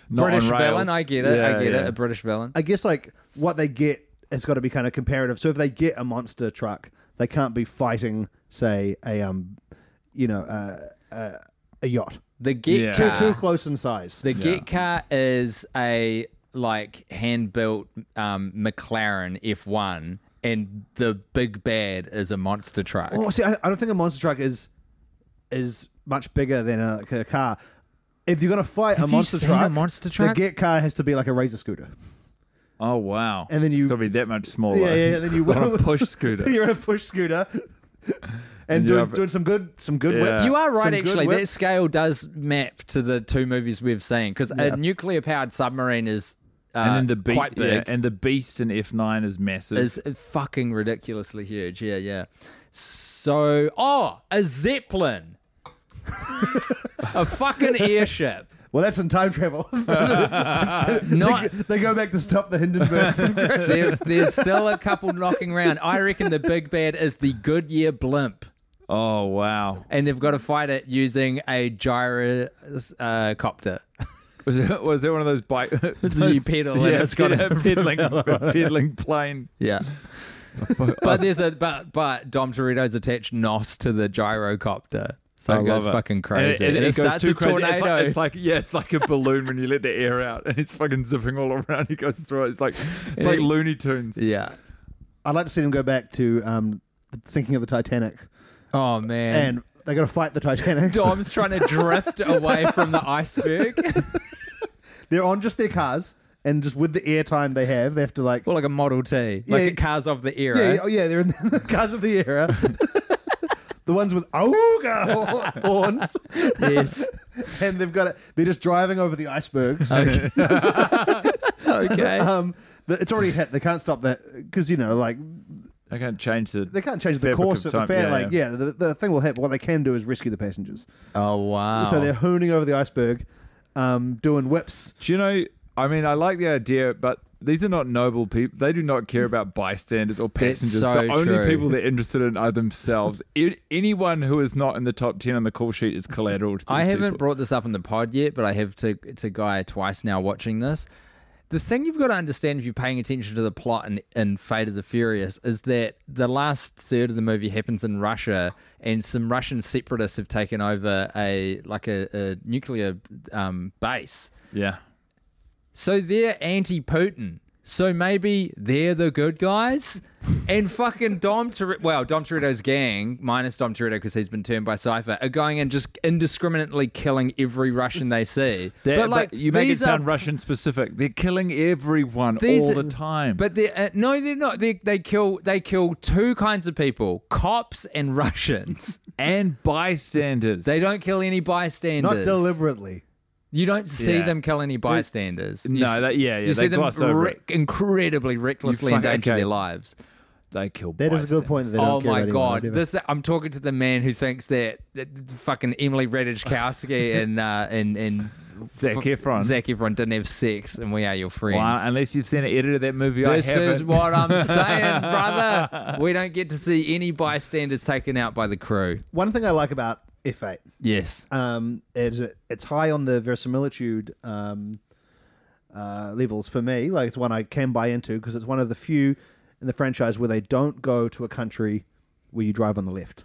Speaker 4: not
Speaker 3: British
Speaker 4: on rails.
Speaker 3: villain, I get it.
Speaker 4: Yeah,
Speaker 3: I get
Speaker 4: yeah.
Speaker 3: it. A British villain.
Speaker 2: I guess like what they get has got to be kind of comparative. So if they get a monster truck, they can't be fighting, say, a um, you know, uh, uh, a yacht.
Speaker 3: The get
Speaker 4: Yeah.
Speaker 2: Too
Speaker 3: car.
Speaker 2: too close in size.
Speaker 3: The get car is a like hand built um, McLaren F1, and the big bad is a monster truck.
Speaker 2: Oh, see, I, I don't think a monster truck is is much bigger than a, like a car. If you're gonna fight
Speaker 3: Have
Speaker 2: a
Speaker 3: you
Speaker 2: monster
Speaker 3: seen a
Speaker 2: truck,
Speaker 3: monster truck?
Speaker 2: the get car has to be like a razor scooter.
Speaker 4: Oh wow!
Speaker 2: And then you-
Speaker 4: it's got to be that much smaller.
Speaker 2: Yeah, yeah, yeah,
Speaker 4: [laughs]
Speaker 2: then you-
Speaker 4: on a push scooter.
Speaker 2: [laughs] you're in a push scooter, and
Speaker 4: you
Speaker 2: doing,
Speaker 4: have-
Speaker 2: doing some good some good
Speaker 4: Yeah.
Speaker 2: whips.
Speaker 3: You are right,
Speaker 2: Some good
Speaker 3: actually. That
Speaker 2: whips.
Speaker 3: scale does map to the two movies we've seen because a nuclear powered submarine is uh,
Speaker 4: and then the beat,
Speaker 3: quite big.
Speaker 4: yeah, and the beast in F nine is massive.
Speaker 3: is fucking ridiculously huge. Yeah, yeah. So, oh, a zeppelin, [laughs] a fucking
Speaker 4: [laughs]
Speaker 3: airship.
Speaker 2: Well, that's in time travel. [laughs]
Speaker 3: Not
Speaker 2: they go back to stop the Hindenburg
Speaker 3: [laughs]
Speaker 2: from crashing.
Speaker 3: there, there's still a couple knocking around. I reckon the big bad is the Goodyear blimp,
Speaker 4: oh wow! [laughs]
Speaker 3: and they've got to fight it using a gyrocopter.
Speaker 4: Was it was it one of those bike? [laughs]
Speaker 3: you pedal and
Speaker 4: yeah,
Speaker 3: it's got a [laughs]
Speaker 4: pedaling [laughs] pedaling plane.
Speaker 3: Yeah. but there's a but but Dom Torino's attached nos to the gyrocopter. So
Speaker 4: I
Speaker 3: it goes
Speaker 4: love
Speaker 3: fucking crazy.
Speaker 4: And it, and it goes
Speaker 3: starts
Speaker 4: too
Speaker 3: a
Speaker 4: crazy.
Speaker 3: tornado.
Speaker 4: It's like, it's like- yeah, it's like a balloon when you let the air out, [laughs] and it's fucking zipping all around. It goes through. it. It's like it's like Looney Tunes.
Speaker 3: yeah.
Speaker 2: I'd like to see them go back to um, the sinking of the Titanic,
Speaker 3: Oh man.
Speaker 2: and they got to fight the
Speaker 3: [laughs]
Speaker 2: Titanic.
Speaker 3: Dom's trying to drift away from the iceberg.
Speaker 2: They're on just their cars, and just with the airtime they have, they have to like.
Speaker 3: or like a Model T.
Speaker 2: Yeah.
Speaker 3: Like a cars of the era.
Speaker 2: yeah, yeah, oh, yeah, they're in the [laughs] cars of the era. the ones with auga [laughs] horns,
Speaker 4: [laughs]
Speaker 3: Yes.
Speaker 2: and they've got it. They're just driving over the icebergs.
Speaker 3: Okay.
Speaker 2: [laughs] Um, the, it's already hit. They can't stop that because you know, like
Speaker 4: I can't change the.
Speaker 2: they can't change the
Speaker 4: Fabric
Speaker 2: course
Speaker 4: of
Speaker 2: of the
Speaker 4: time,
Speaker 2: fair.
Speaker 4: yeah,
Speaker 2: like, yeah, the, the thing will hit. But what they can do is rescue the passengers.
Speaker 3: oh wow.
Speaker 2: So they're hooning over the iceberg, um, doing whips.
Speaker 4: Do you know? I mean, I like the idea, but these are not noble people. They do not care about bystanders or
Speaker 3: That's
Speaker 4: passengers.
Speaker 3: so
Speaker 4: the
Speaker 3: true.
Speaker 4: only people they're interested in are
Speaker 3: [laughs]
Speaker 4: themselves. I- anyone who is not in the top ten on the call sheet is collateral. To
Speaker 3: I
Speaker 4: these
Speaker 3: haven't
Speaker 4: people.
Speaker 3: brought this up in the pod yet, but I have to to Guy twice now watching this. The thing you've got to understand if you're paying attention to the plot in, in Fate of the Furious is that the last third of the movie happens in Russia, and some Russian separatists have taken over a like a, a nuclear um, base.
Speaker 4: Yeah.
Speaker 3: So they're anti-Putin. So maybe they're the good guys, and fucking Dom Toretto. Well, Dom Toretto's gang, minus Dom Toretto because he's been turned by Cipher, are going and just indiscriminately killing every Russian they see.
Speaker 4: They're-
Speaker 3: but like
Speaker 4: you make it
Speaker 3: these
Speaker 4: sound
Speaker 3: are,
Speaker 4: Russian specific. They're killing everyone
Speaker 3: these
Speaker 4: all
Speaker 3: are-
Speaker 4: the time.
Speaker 3: But they uh, no, they're not. They they kill they kill two kinds of people: cops and
Speaker 4: [laughs]
Speaker 3: Russians.
Speaker 4: and bystanders.
Speaker 3: they don't kill any bystanders.
Speaker 2: Not deliberately.
Speaker 3: You don't see
Speaker 4: Yeah.
Speaker 3: them kill any bystanders. You
Speaker 4: no,
Speaker 3: s-
Speaker 4: that- yeah, yeah,
Speaker 3: You see
Speaker 4: they
Speaker 3: them
Speaker 4: gloss over
Speaker 3: rec- incredibly recklessly
Speaker 4: fuck-
Speaker 3: endanger
Speaker 4: okay.
Speaker 3: their lives.
Speaker 4: they kill.
Speaker 2: That is a good point. That they don't
Speaker 3: Oh
Speaker 2: care
Speaker 3: my
Speaker 2: about
Speaker 3: god!
Speaker 2: anyone, do they?
Speaker 3: This I'm talking to the man who thinks that, that fucking Emily Ratajkowski
Speaker 2: [laughs]
Speaker 3: and uh, and and
Speaker 4: Zac
Speaker 3: fuck-
Speaker 4: Efron.
Speaker 3: Zac Efron didn't have sex, and we are your friends.
Speaker 4: Wow, unless you've seen an edit of that movie,
Speaker 3: this
Speaker 4: I haven't.
Speaker 3: is what I'm saying, brother. We don't get to see any bystanders taken out by the crew.
Speaker 2: One thing I like about F8
Speaker 3: Yes.
Speaker 2: um, is it, it's high on the verisimilitude um, uh, levels for me. Like it's one I can buy into because it's one of the few in the franchise where they don't go to a country where you drive on the
Speaker 3: [laughs]
Speaker 2: left.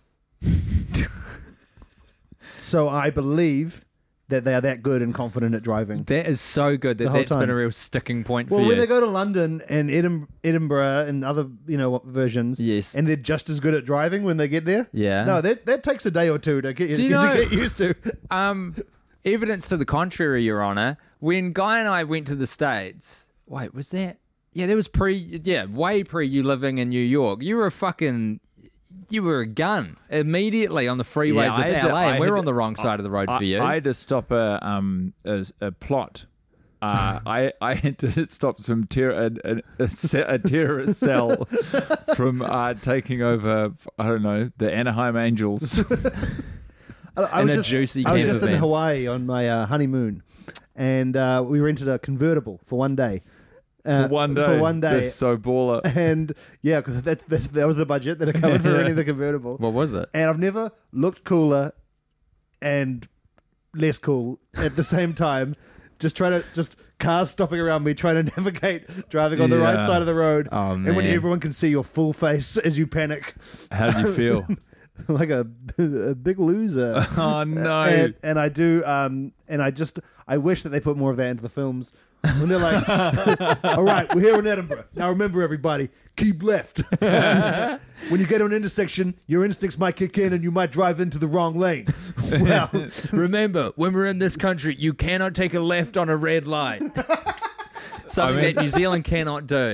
Speaker 2: so I believe that they are that good and confident at driving.
Speaker 3: That is so good that
Speaker 2: whole
Speaker 3: that's been
Speaker 2: time.
Speaker 3: a real sticking point
Speaker 2: Well,
Speaker 3: for
Speaker 2: when
Speaker 3: you.
Speaker 2: they go to London and Edin- Edinburgh and other you know what versions,
Speaker 3: Yes.
Speaker 2: and they're just as good at driving when they get there.
Speaker 3: Yeah.
Speaker 2: no, that that takes a day or two to get,
Speaker 3: Do
Speaker 2: [laughs]
Speaker 3: you
Speaker 2: to
Speaker 3: know-
Speaker 2: get used to.
Speaker 3: Um, evidence to the contrary, Your Honour. When Guy and I went to the States, wait, was that? Yeah, that was pre. Yeah, way pre you living in New York. You were a fucking. You were a gun immediately on the freeways
Speaker 4: I had
Speaker 3: of
Speaker 4: to-
Speaker 3: LA.
Speaker 4: I
Speaker 3: and we
Speaker 4: had
Speaker 3: were
Speaker 4: to-
Speaker 3: on the wrong side of the road
Speaker 4: I,
Speaker 3: for you.
Speaker 4: I had to stop a um a, a plot. Uh, I I had to [laughs] stop some ter- a, a, a, se- a terrorist cell from uh, taking over. I don't know the Anaheim Angels.
Speaker 2: I, I
Speaker 3: In
Speaker 2: was
Speaker 3: a
Speaker 2: just,
Speaker 3: juicy
Speaker 2: I was
Speaker 3: camper
Speaker 2: just in
Speaker 3: van.
Speaker 2: Hawaii on my uh, honeymoon, and uh, we rented a convertible for one day. Uh,
Speaker 4: for one day,
Speaker 2: For one
Speaker 4: They're
Speaker 2: day.
Speaker 4: so baller.
Speaker 2: and yeah, because that's, that's that was the budget that I
Speaker 3: [laughs]
Speaker 2: covered for renting the convertible.
Speaker 3: what was it?
Speaker 2: and I've never looked cooler and less cool at the same time. Just trying to just cars stopping around me, trying to [laughs] navigate, driving on the right
Speaker 4: Yeah.
Speaker 2: side of the road,
Speaker 3: Oh,
Speaker 2: and when
Speaker 3: man. [laughs]
Speaker 2: everyone can see your full face as you panic, [laughs]
Speaker 4: How do you feel?
Speaker 2: like a, [laughs] a big
Speaker 3: [laughs]
Speaker 2: loser.
Speaker 4: oh no!
Speaker 2: and, and I do, um, and I just I wish that they put more of that into the films. When they're
Speaker 3: [laughs]
Speaker 2: like, "All right, we're here in Edinburgh. Now remember, everybody, keep left. [laughs] when you get to an intersection, your instincts might kick in, and you might drive into the wrong lane. [laughs] Well,
Speaker 5: Remember, when we're in this country, you cannot take a left on a red
Speaker 4: [laughs]
Speaker 5: light. Something that New Zealand cannot do.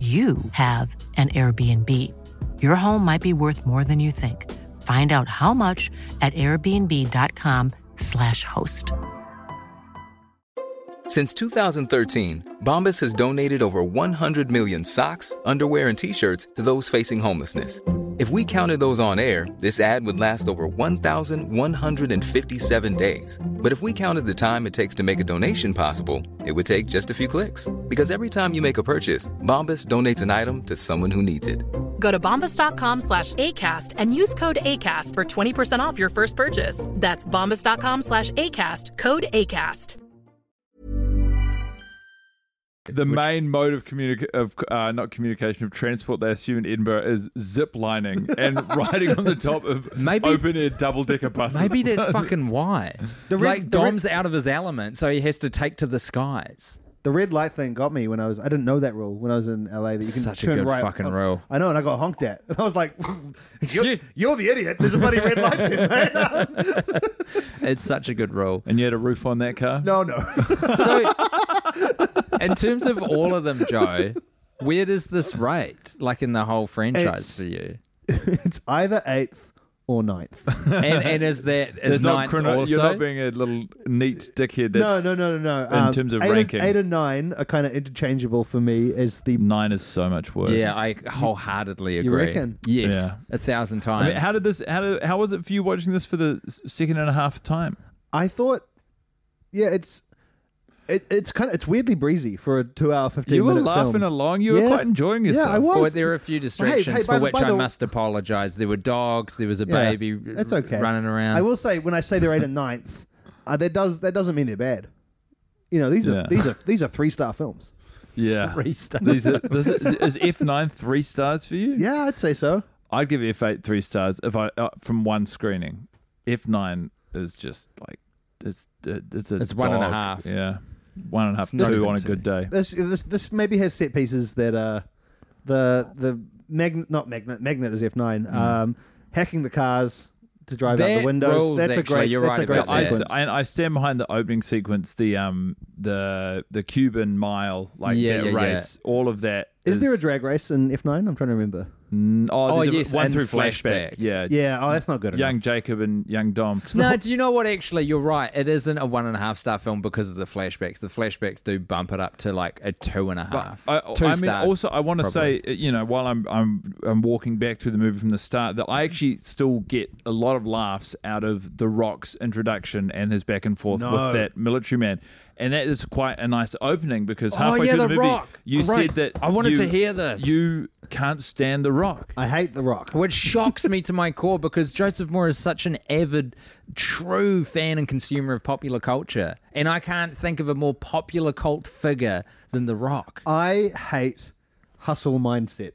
Speaker 6: you have an Airbnb. Your home might be worth more than you think. Find out how much at airbnb.com/slash host.
Speaker 7: Since 2013, Bombas has donated over 100 million socks, underwear, and t shirts to those facing homelessness. If we counted those on air, this ad would last over 1,157 days. But if we counted the time it takes to make a donation possible, it would take just a few clicks. Because every time you make a purchase, Bombas donates an item to someone who needs it.
Speaker 8: Go to bombas.com slash ACAST and use code ACAST for 20% off your first purchase. That's bombas.com slash ACAST, code ACAST.
Speaker 4: The main mode of communica- of uh, not communication of transport they assume in Edinburgh is zip lining and riding on the top of
Speaker 3: Maybe-
Speaker 4: open air double decker buses.
Speaker 3: Maybe
Speaker 4: [laughs]
Speaker 3: that's fucking why.
Speaker 2: The red-
Speaker 3: like
Speaker 2: the red-
Speaker 3: Dom's out of his element, so he has to take to the skies.
Speaker 2: the red light thing got me when I was I didn't know that rule when I was in LA that you can
Speaker 3: Such a
Speaker 2: turn
Speaker 3: good
Speaker 2: right
Speaker 3: fucking
Speaker 2: up.
Speaker 3: rule.
Speaker 2: I know, and I got honked at. And I was like, [laughs] you're,
Speaker 3: Excuse-
Speaker 2: you're the idiot. There's a bloody red light there, man.
Speaker 3: [laughs] It's such a good rule.
Speaker 4: And you had a roof on that car.
Speaker 2: No, no. [laughs]
Speaker 3: So, in terms of all of them, Joe, where does this rate, like in the whole franchise
Speaker 2: It's-
Speaker 3: for you?
Speaker 2: It's either eighth or ninth.
Speaker 3: And, and is that is
Speaker 4: There's not
Speaker 3: ninth
Speaker 4: chrono-
Speaker 3: also?
Speaker 4: you're not being a little neat dickhead.
Speaker 2: No,
Speaker 4: That's
Speaker 2: no, no, no, no.
Speaker 4: in terms of
Speaker 2: eight and-
Speaker 4: ranking.
Speaker 2: eight and nine are kind of interchangeable for me as the
Speaker 4: Nine is so much worse.
Speaker 3: yeah, I wholeheartedly agree.
Speaker 2: reckon?
Speaker 3: Yes,
Speaker 4: Yeah.
Speaker 3: a thousand
Speaker 4: I
Speaker 3: times.
Speaker 4: mean, how did this? How did, How was it for you watching this for the s- second and a half time?
Speaker 2: I thought, yeah, it's it, it's kind of it's weirdly breezy for a two-hour, fifteen.
Speaker 4: You were
Speaker 2: minute
Speaker 4: laughing
Speaker 2: film.
Speaker 4: along. You were
Speaker 2: Yeah.
Speaker 4: quite enjoying
Speaker 2: Yeah,
Speaker 4: yourself.
Speaker 2: I
Speaker 4: [laughs]
Speaker 2: was.
Speaker 3: Well, there were a few distractions
Speaker 2: by
Speaker 3: for
Speaker 2: the-
Speaker 3: which
Speaker 2: by
Speaker 3: I
Speaker 2: the-
Speaker 3: must apologise. There were dogs. There was a
Speaker 2: Yeah,
Speaker 3: baby.
Speaker 2: That's okay.
Speaker 3: Running around.
Speaker 2: I will say when I say they're eight and ninth, uh, that does that doesn't mean they're bad. You know, these are
Speaker 4: Yeah.
Speaker 2: these are these are three-star films.
Speaker 4: Yeah.
Speaker 3: Three stars.
Speaker 4: These are, this is, is F9 three stars for you?
Speaker 2: Yeah, I'd say so.
Speaker 4: I'd give F8 three stars if I uh, from one screening. F9 is just like it's it, it's a
Speaker 3: It's one and a
Speaker 4: dog.
Speaker 3: half.
Speaker 4: Yeah, one and a half
Speaker 3: It's not
Speaker 4: two
Speaker 3: even
Speaker 4: on a
Speaker 3: two.
Speaker 4: good day.
Speaker 2: This this this maybe has set pieces that uh the the magnet not magnet magnet is F nine
Speaker 4: Mm.
Speaker 2: um hacking the cars to drive out
Speaker 3: That
Speaker 2: the windows.
Speaker 3: rules,
Speaker 2: that's
Speaker 3: actually.
Speaker 2: a great
Speaker 3: You're
Speaker 2: that's
Speaker 3: right
Speaker 2: a great
Speaker 3: about that.
Speaker 4: I,
Speaker 2: sequence.
Speaker 4: st- and I stand behind the opening sequence, the um the the Cuban mile like
Speaker 3: Yeah,
Speaker 4: that
Speaker 3: yeah, yeah.
Speaker 4: race, all of that.
Speaker 2: is there a drag race in F nine? I'm trying to remember.
Speaker 4: Mm, oh,
Speaker 3: Oh,
Speaker 4: there's a-
Speaker 3: yes,
Speaker 4: one
Speaker 3: and
Speaker 4: through flashback.
Speaker 3: flashback.
Speaker 4: Yeah,
Speaker 2: Yeah, oh that's not good
Speaker 4: Young
Speaker 2: enough.
Speaker 4: Jacob and young Dom.
Speaker 3: No, do you know what? Actually, you're right. It isn't a one and a half star film because of the flashbacks. The flashbacks do bump it up to like a two and a half.
Speaker 4: I,
Speaker 3: two
Speaker 4: I mean,
Speaker 3: star,
Speaker 4: also, I want to say,
Speaker 3: probably.
Speaker 4: uh, you know, while I'm I'm I'm walking back through the movie from the start, that I actually still get a lot of laughs out of The Rock's introduction and his back and forth
Speaker 2: No.
Speaker 4: with that military man, and that is quite a nice opening because
Speaker 3: Oh,
Speaker 4: halfway
Speaker 3: yeah,
Speaker 4: through
Speaker 3: The
Speaker 4: movie,
Speaker 3: Rock.
Speaker 4: you
Speaker 3: Right.
Speaker 4: said that
Speaker 3: I wanted
Speaker 4: you-
Speaker 3: to hear this.
Speaker 4: You can't stand The Rock.
Speaker 2: I hate The Rock.
Speaker 3: Which shocks me to my core because Joseph Moore is such an avid, true fan and consumer of popular culture. And I can't think of a more popular cult figure than The Rock.
Speaker 2: I hate hustle mindset.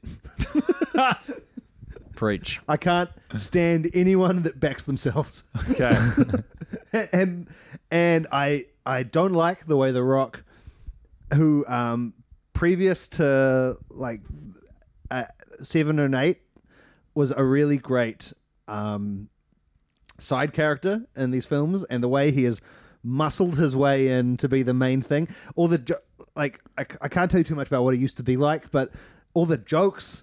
Speaker 3: Preach.
Speaker 2: I can't stand anyone that backs themselves.
Speaker 4: Okay.
Speaker 2: [laughs] and and I I don't like the way The Rock, who um previous to like uh, seven and eight, was a really great um side character in these films, and the way he has muscled his way in to be the main thing. All the jo- like I, c- I can't tell you too much about what it used to be like, but all the jokes.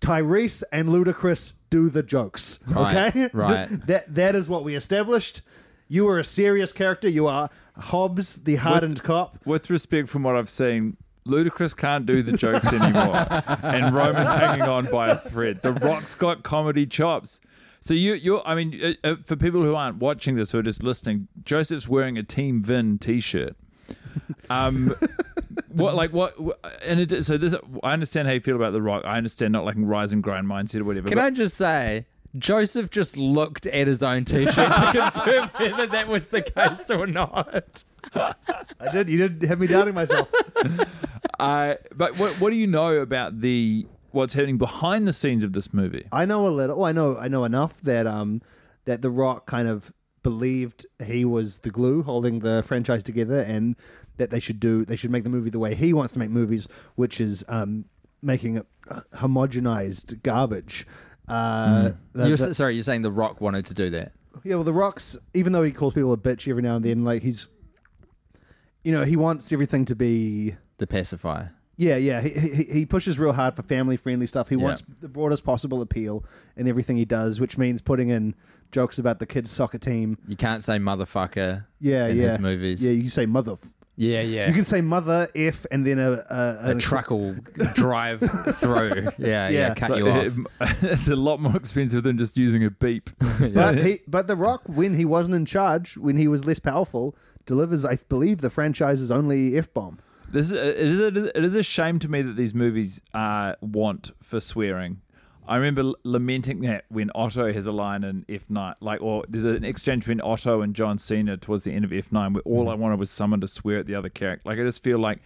Speaker 2: Tyrese and Ludacris do the jokes.
Speaker 3: Right,
Speaker 2: okay,
Speaker 3: right.
Speaker 2: [laughs] that that is what we established. You are a serious character. You are Hobbs, the hardened cop.
Speaker 4: With respect from what I've seen, Ludacris can't do the jokes anymore, and Roman's hanging on by a thread. The Rock's got comedy chops. So you, you're, I mean, uh, uh, for people who aren't watching this who are just listening, Joseph's wearing a Team Vin T-shirt. Um, [laughs] what, like, what? And it, so this, I understand how you feel about the Rock. I understand not like rise and grind mindset or whatever.
Speaker 3: Can
Speaker 4: but-
Speaker 3: I just say, Joseph just looked at his own t shirt
Speaker 4: [laughs]
Speaker 3: to confirm whether that was the case or not.
Speaker 2: I did. You did have me doubting
Speaker 3: [laughs]
Speaker 2: myself.
Speaker 4: Uh, but what, what do you know about the what's happening behind the scenes of this movie?
Speaker 2: I know a little. I know. I know enough that um that The Rock kind of believed he was the glue holding the franchise together, and that they should do. They should make the movie the way he wants to make movies, which is um making it uh, homogenized garbage. Uh, the-
Speaker 3: Mm. You're,
Speaker 2: the-
Speaker 3: s- sorry, you're saying The Rock wanted to do that.
Speaker 2: Yeah, well, The Rock's even though he calls people a bitch every now and then, like he's, you know, he wants everything to be.
Speaker 3: The pacifier.
Speaker 2: Yeah, yeah, he he, he pushes real hard for family friendly stuff. He wants the broadest possible appeal in everything he does, which means putting in jokes about the kids' soccer team.
Speaker 3: You can't say motherfucker
Speaker 2: Yeah,
Speaker 3: in
Speaker 2: yeah.
Speaker 3: his movies.
Speaker 2: Yeah, you can say mother.
Speaker 3: yeah. yeah.
Speaker 2: You can say mother f and then a a,
Speaker 3: a truck will drive
Speaker 2: [laughs]
Speaker 3: through. Yeah, yeah,
Speaker 2: Yeah.
Speaker 3: cut
Speaker 4: So
Speaker 3: you off.
Speaker 4: it- [laughs] it's a lot more expensive than just using a beep.
Speaker 2: [laughs] But he, but The Rock, when he wasn't in charge, when he was less powerful, delivers, I believe, the franchise's only f bomb.
Speaker 4: This is, it, is a, it is a shame to me that these movies uh, want for swearing. I remember l- lamenting that when Otto has a line in F9, like, or there's an exchange between Otto and John Cena towards the end of F9
Speaker 3: Mm.
Speaker 4: where all I wanted was someone to swear at the other character. Like, I just feel like